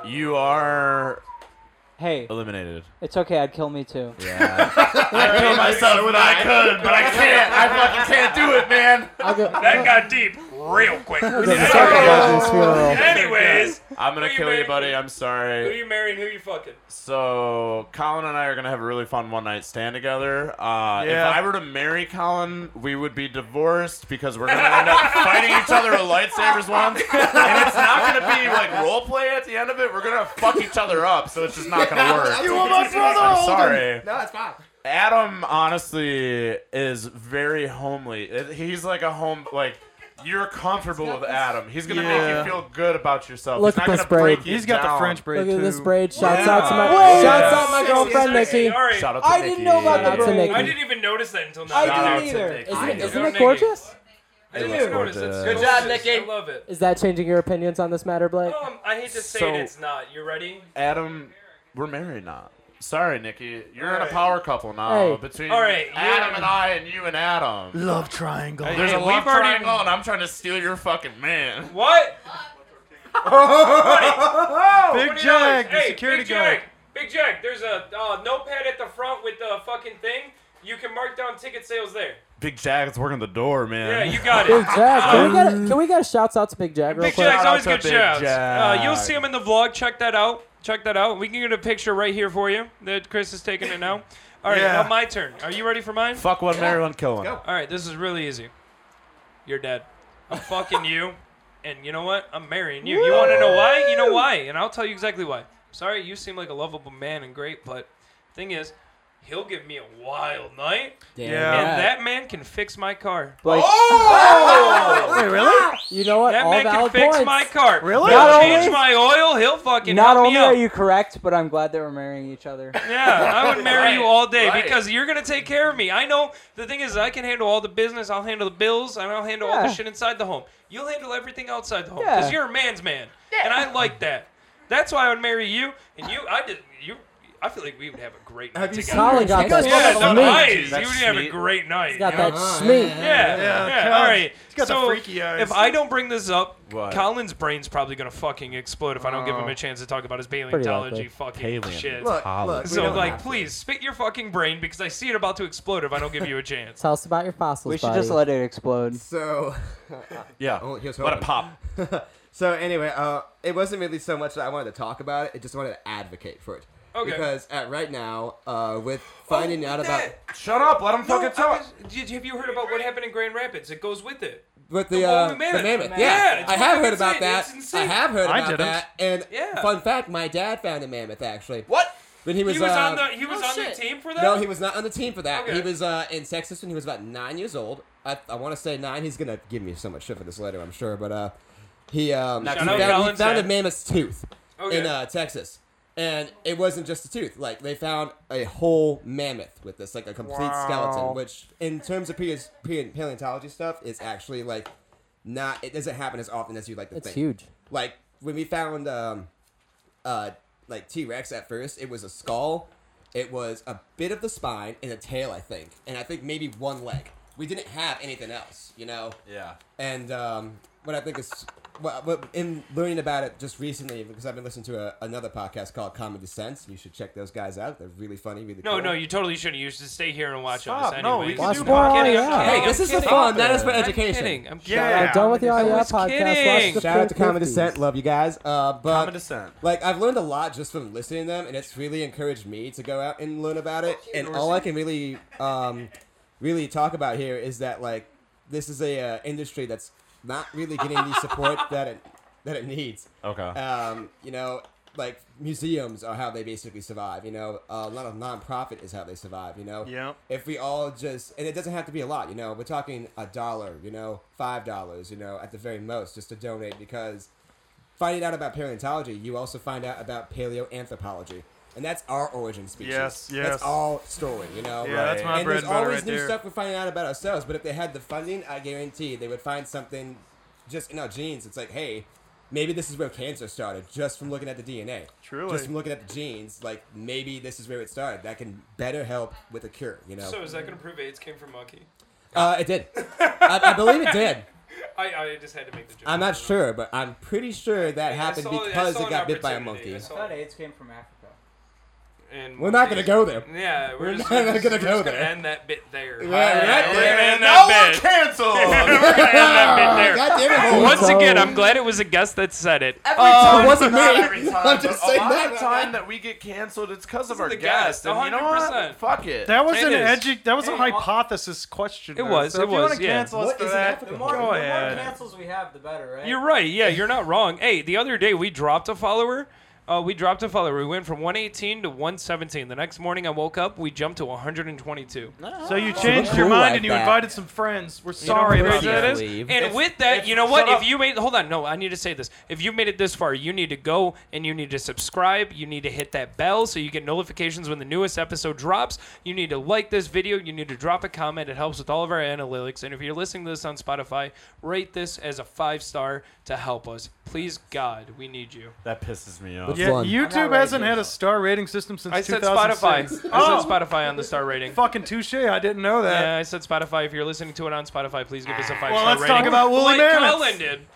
Speaker 1: You are
Speaker 6: Hey,
Speaker 1: eliminated.
Speaker 6: it's okay. I'd kill me too.
Speaker 1: Yeah. I killed myself when I could, but I can't. I fucking can't do it, man.
Speaker 4: I'll go.
Speaker 2: That got deep real quick.
Speaker 4: Sacrifice his funeral.
Speaker 2: Anyways,
Speaker 1: I'm gonna
Speaker 2: Who you
Speaker 1: kill you,
Speaker 2: marrying?
Speaker 1: buddy. I'm
Speaker 2: who
Speaker 1: sorry.
Speaker 2: you marrying? Who you fucking?
Speaker 1: So Colin and I are gonna have a really fun one night stand together. Uh,
Speaker 3: Yeah.
Speaker 1: If I were to marry Colin, we would be divorced because we're gonna end up fighting each other with lightsabers once, and it's not gonna be like role play at the end of it. We're gonna fuck each other up, so it's just not gonna work.
Speaker 5: You want my brother?
Speaker 1: I'm sorry.
Speaker 5: No, it's fine.
Speaker 1: Adam honestly is very homely. It- He's like a home like. You're comfortable with Adam. He's gonna
Speaker 3: Yeah.
Speaker 1: make you feel good about yourself.
Speaker 4: Look
Speaker 1: He's not
Speaker 4: at this
Speaker 1: gonna break
Speaker 4: braid.
Speaker 1: you
Speaker 3: He's got
Speaker 1: down.
Speaker 3: the French braid
Speaker 4: Look at
Speaker 3: too.
Speaker 4: this braid. Shouts out to my.
Speaker 1: Yeah.
Speaker 4: Shouts out my
Speaker 1: Yeah.
Speaker 4: girlfriend
Speaker 2: Sexy,
Speaker 4: Nikki.
Speaker 2: All right.
Speaker 1: Shout out to
Speaker 6: I didn't
Speaker 1: Nikki.
Speaker 6: know about
Speaker 1: Shout out
Speaker 6: the
Speaker 4: to
Speaker 6: braid.
Speaker 4: Nikki.
Speaker 2: I didn't even notice that until now.
Speaker 1: Shout
Speaker 6: I
Speaker 1: out
Speaker 6: didn't
Speaker 1: to
Speaker 6: either.
Speaker 1: Nick.
Speaker 6: Isn't
Speaker 1: I
Speaker 6: it,
Speaker 1: know.
Speaker 6: isn't
Speaker 2: Go,
Speaker 6: it
Speaker 2: Nikki.
Speaker 6: gorgeous?
Speaker 2: I
Speaker 1: It
Speaker 2: didn't
Speaker 1: was
Speaker 2: even notice it.
Speaker 1: gorgeous.
Speaker 2: It's
Speaker 1: Good
Speaker 2: gorgeous.
Speaker 5: job, Nikki.
Speaker 2: I love it.
Speaker 4: Is that changing your opinions on this matter, Blake?
Speaker 2: Um, I hate to say
Speaker 1: So-
Speaker 2: it, it's not. You ready?
Speaker 1: Adam, we're married now. Sorry, Nikki. You're in
Speaker 2: Alright.
Speaker 1: a power couple now
Speaker 4: Hey.
Speaker 1: between
Speaker 2: Alright, you-
Speaker 1: Adam and I, and you and Adam.
Speaker 3: Love triangle.
Speaker 1: There's
Speaker 2: Hey,
Speaker 1: a
Speaker 2: we've
Speaker 1: love
Speaker 2: already-
Speaker 1: triangle, and I'm trying to steal your fucking man.
Speaker 2: What?
Speaker 3: Big
Speaker 2: Oh, What do you know?
Speaker 3: Jag, the
Speaker 2: Hey,
Speaker 3: security
Speaker 2: Big Jag.
Speaker 3: guard.
Speaker 2: Big Jag, there's a uh, notepad at the front with the fucking thing. You can mark down ticket sales there.
Speaker 1: Big Jack's working the door,
Speaker 2: Yeah,
Speaker 1: man.
Speaker 2: you got
Speaker 4: Big
Speaker 2: it.
Speaker 4: Jack. Can we get
Speaker 6: Um,
Speaker 4: a, can we get a shouts out to Big Jack real
Speaker 2: Big
Speaker 4: quick?
Speaker 2: Jag's always
Speaker 1: Shout out
Speaker 2: good
Speaker 1: to Big
Speaker 2: shouts. Uh,
Speaker 1: Jag.
Speaker 2: you'll see him in the vlog. Check that out. Check that out. We can get a picture right here for you that Chris is taking it now. All right,
Speaker 3: Yeah.
Speaker 2: now my turn. Are you ready for mine?
Speaker 1: Fuck one, marry one, kill one.
Speaker 5: go.
Speaker 2: All right, this is really easy. You're dead. I'm fucking you, and you know what? I'm marrying you. You want to know why? You know why? And I'll tell you exactly why. Sorry, you seem like a lovable man and great, but thing is, he'll give me a wild night,
Speaker 4: Damn
Speaker 3: Yeah.
Speaker 2: and
Speaker 4: right.
Speaker 2: that man can fix my car.
Speaker 6: Blake,
Speaker 3: Wait, really?
Speaker 4: you know what?
Speaker 2: That
Speaker 4: All
Speaker 2: man can
Speaker 4: valid
Speaker 2: fix
Speaker 4: points.
Speaker 2: my car.
Speaker 3: Really?
Speaker 2: He'll
Speaker 6: Not
Speaker 2: change
Speaker 6: only-
Speaker 2: my oil. He'll fucking
Speaker 6: not
Speaker 2: help
Speaker 6: only
Speaker 2: me out.
Speaker 6: are you correct, but I'm glad that we're marrying each other.
Speaker 2: Yeah, I would marry you
Speaker 1: Right,
Speaker 2: all day
Speaker 1: right.
Speaker 2: because you're gonna take care of me. I know the thing is I can handle all the business, I'll handle the bills, and I'll handle all the
Speaker 6: Yeah.
Speaker 2: shit inside the home. You'll handle everything outside the home because
Speaker 6: Yeah.
Speaker 2: you're a man's man, and I like that. That's why I would marry you. And you, I did you. I feel like we would have a great night
Speaker 5: Have you
Speaker 2: together.
Speaker 5: seen-
Speaker 4: Colin got that
Speaker 5: Yeah,
Speaker 2: Yeah,
Speaker 5: That's
Speaker 2: no,
Speaker 4: sweet.
Speaker 2: nice. You would
Speaker 1: That's
Speaker 2: have a
Speaker 1: sweet.
Speaker 2: great night.
Speaker 4: He's got
Speaker 2: you know?
Speaker 4: that sweet.
Speaker 2: Yeah,
Speaker 3: Yeah,
Speaker 2: yeah.
Speaker 3: Colin-
Speaker 2: All right.
Speaker 3: he's got the
Speaker 2: so
Speaker 3: freaky eyes.
Speaker 2: if I don't bring this up,
Speaker 1: What? Oh.
Speaker 2: Colin's brain's probably gonna fucking explode if I don't give him a chance to talk about his paleontology
Speaker 4: likely.
Speaker 2: fucking
Speaker 1: Paleo.
Speaker 2: shit.
Speaker 5: Look,
Speaker 1: Holland.
Speaker 5: look. we
Speaker 2: So
Speaker 5: don't
Speaker 2: like,
Speaker 5: have to.
Speaker 2: please spit your fucking brain because I see it about to explode if I don't give you a chance.
Speaker 4: Tell us about your fossils.
Speaker 6: We should
Speaker 4: buddy.
Speaker 6: just let it explode.
Speaker 5: So,
Speaker 1: Yeah.
Speaker 5: Oh, he was
Speaker 1: Let it
Speaker 5: hoping.
Speaker 1: pop.
Speaker 5: so anyway, uh, it wasn't really so much that I wanted to talk about it. I just wanted to advocate for it.
Speaker 2: Okay. Oh,
Speaker 5: Because at right now, uh, with finding out about
Speaker 1: Shut up. Let him fucking
Speaker 2: I
Speaker 1: talk.
Speaker 2: was- did- have you heard about what happened in Grand Rapids? It goes with it.
Speaker 5: with the,
Speaker 2: The
Speaker 5: uh,
Speaker 2: woman mammoth.
Speaker 5: the mammoth,
Speaker 2: Yeah,
Speaker 5: yeah,
Speaker 2: it's
Speaker 5: I have
Speaker 2: fucking
Speaker 5: heard about
Speaker 2: insane.
Speaker 5: that.
Speaker 2: It's
Speaker 5: I
Speaker 2: insane.
Speaker 5: have heard
Speaker 3: I
Speaker 5: about
Speaker 3: didn't.
Speaker 5: that. And
Speaker 2: Yeah.
Speaker 5: fun fact, my dad found a mammoth actually.
Speaker 1: What?
Speaker 5: When he was,
Speaker 2: He was
Speaker 5: uh,
Speaker 2: on the he was
Speaker 4: oh,
Speaker 2: on
Speaker 4: shit.
Speaker 2: the team for that.
Speaker 5: No, he was not on the team for that.
Speaker 2: Okay.
Speaker 5: He was uh, in Texas when he was about nine years old. I, I want to say nine. He's gonna give me so much shit for this later, I'm sure. But uh, he um,
Speaker 2: Shout
Speaker 5: he
Speaker 2: out
Speaker 5: found, he
Speaker 2: Colin's
Speaker 5: found a
Speaker 2: dad.
Speaker 5: mammoth's tooth
Speaker 2: Okay.
Speaker 5: in uh, Texas, and it wasn't just a tooth. Like they found a whole mammoth with this, like a complete skeleton, which in terms of paleos- pa- paleontology stuff is actually like not. It doesn't happen as often as you like to
Speaker 4: It's
Speaker 5: think
Speaker 4: huge.
Speaker 5: like when we found um uh like t-rex at first it was a skull it was a bit of the spine and a tail i think and i think maybe one leg we didn't have anything else you know
Speaker 1: Yeah.
Speaker 5: and um what i think is what, what in learning about it just recently because i've been listening to a, another podcast called comedy sense you should check those guys out they're really funny really
Speaker 2: No,
Speaker 5: cool.
Speaker 2: no, you totally shouldn't. You should stay here and watch
Speaker 3: Stop.
Speaker 2: us anyway.
Speaker 3: No, we can
Speaker 4: Watch
Speaker 3: do
Speaker 4: more,
Speaker 2: I'm kidding,
Speaker 4: yeah.
Speaker 2: I'm kidding,
Speaker 5: Hey,
Speaker 2: I'm
Speaker 5: this is for
Speaker 2: kidding.
Speaker 5: fun. That is for
Speaker 2: I'm
Speaker 5: education.
Speaker 2: kidding, I'm kidding.
Speaker 3: Yeah.
Speaker 4: I'm done with the
Speaker 2: I
Speaker 4: IEL
Speaker 2: was
Speaker 4: podcast.
Speaker 2: kidding.
Speaker 4: Watch the
Speaker 5: Shout out to
Speaker 4: free
Speaker 5: Comedy
Speaker 4: 50s.
Speaker 5: Scent, love you guys. Uh, but
Speaker 1: Comedy Scent.
Speaker 5: Like I've learned a lot just from listening to them, and it's really encouraged me to go out and learn about it. And all I can really, um, really talk about here is that like this is a uh, industry that's not really getting the support that it that it needs.
Speaker 1: Okay.
Speaker 5: Um, you know, like museums are how they basically survive. You know, a lot of nonprofit is how they survive. You know,
Speaker 3: Yeah.
Speaker 5: If we all just and it doesn't have to be a lot. You know, we're talking a dollar. You know, five dollars. You know, at the very most, just to donate because finding out about paleontology, you also find out about paleoanthropology. And that's our origin species.
Speaker 3: Yes, yes.
Speaker 5: That's all story, you know?
Speaker 3: Yeah, that's my
Speaker 5: and
Speaker 3: bread
Speaker 5: there's
Speaker 3: and butter
Speaker 5: always
Speaker 3: right
Speaker 5: new
Speaker 3: there.
Speaker 5: stuff we're finding out about ourselves, but if they had the funding, I guarantee they would find something just in our genes. It's like, hey, maybe this is where cancer started, just from looking at the DNA.
Speaker 3: Truly.
Speaker 5: Just from looking at the genes, like maybe this is where it started. That can better help with a cure, you know?
Speaker 2: So is that gonna prove AIDS came from monkey?
Speaker 5: uh, it did. I, I believe it did.
Speaker 2: I, I just had to make the joke.
Speaker 5: I'm not sure, but I'm pretty sure that
Speaker 2: I
Speaker 5: happened
Speaker 2: saw- I
Speaker 5: because
Speaker 2: saw
Speaker 5: it
Speaker 2: an
Speaker 5: got bit by a
Speaker 2: opportunity.
Speaker 5: monkey.
Speaker 2: I
Speaker 6: I
Speaker 2: saw-
Speaker 6: thought AIDS came from Africa.
Speaker 2: and
Speaker 5: We're not gonna
Speaker 2: monkeys.
Speaker 5: go there.
Speaker 2: Yeah, we're,
Speaker 5: We're
Speaker 2: just,
Speaker 5: not
Speaker 2: we're just
Speaker 5: gonna
Speaker 2: gonna
Speaker 5: go
Speaker 2: Gonna
Speaker 5: there.
Speaker 2: end that bit there.
Speaker 5: right
Speaker 2: We're gonna
Speaker 5: there.
Speaker 2: end that bit.
Speaker 1: Cancel.
Speaker 2: We're gonna end that bit there.
Speaker 5: God damn it, Holmes.
Speaker 2: Once again, I'm glad it was a guest that said it.
Speaker 1: Uh,
Speaker 5: it wasn't me.
Speaker 1: Not every time,
Speaker 5: I'm
Speaker 1: but
Speaker 5: just
Speaker 1: a
Speaker 5: saying
Speaker 1: lot
Speaker 5: that.
Speaker 1: of time that we get canceled, it's because of our
Speaker 2: the
Speaker 1: guest.
Speaker 2: guest,
Speaker 1: And you know what?
Speaker 2: 100%.
Speaker 1: Fuck it.
Speaker 3: That was
Speaker 2: It
Speaker 3: an
Speaker 2: is.
Speaker 3: edu- That was a
Speaker 6: Hey, I'll-
Speaker 3: hypothesis question.
Speaker 2: It
Speaker 3: though,
Speaker 2: was,
Speaker 3: So
Speaker 2: it
Speaker 3: if you want
Speaker 2: was,
Speaker 3: to
Speaker 2: yeah.
Speaker 3: cancel us
Speaker 5: What
Speaker 3: for
Speaker 5: is an
Speaker 3: that,
Speaker 5: African?
Speaker 3: go ahead.
Speaker 6: cancels we have, the better, right?
Speaker 2: You're right. Yeah, you're not wrong. Hey, the other day we dropped a follower. Uh, we dropped a follower. We went from 118 to 117. The next morning I woke up, we jumped to 122.
Speaker 3: So you changed
Speaker 5: cool
Speaker 3: your mind
Speaker 5: like
Speaker 3: and you
Speaker 5: that.
Speaker 3: invited some friends. We're sorry
Speaker 2: You know how
Speaker 3: about
Speaker 2: crazy that
Speaker 3: that.
Speaker 2: is?
Speaker 4: Leave.
Speaker 2: And
Speaker 1: It's-
Speaker 2: with that,
Speaker 1: it's-
Speaker 2: you know what?
Speaker 1: shut
Speaker 2: If
Speaker 1: up.
Speaker 2: you made hold on, no, I need to say this. If you made it this far, you need to go and you need to subscribe. You need to hit that bell so you get notifications when the newest episode drops. You need to like this video. You need to drop a comment. It helps with all of our analytics. And if you're listening to this on Spotify, rate this as a five star to help us. Please, God, we need you.
Speaker 1: That pisses me off.
Speaker 3: Yeah,
Speaker 5: One.
Speaker 6: I'm not
Speaker 3: YouTube
Speaker 6: ready
Speaker 3: hasn't
Speaker 6: to
Speaker 3: had
Speaker 6: go.
Speaker 3: a star rating system since
Speaker 2: I said
Speaker 3: 2006.
Speaker 2: Spotify. I
Speaker 3: Oh,
Speaker 2: said Spotify on the star rating.
Speaker 3: fucking touche! I didn't know that.
Speaker 2: Yeah, I said Spotify. If you're listening to it on Spotify, please give us a five star
Speaker 3: Well, let's
Speaker 2: rating.
Speaker 3: talk about woolly
Speaker 2: like
Speaker 3: mammoths.
Speaker 2: Colin did.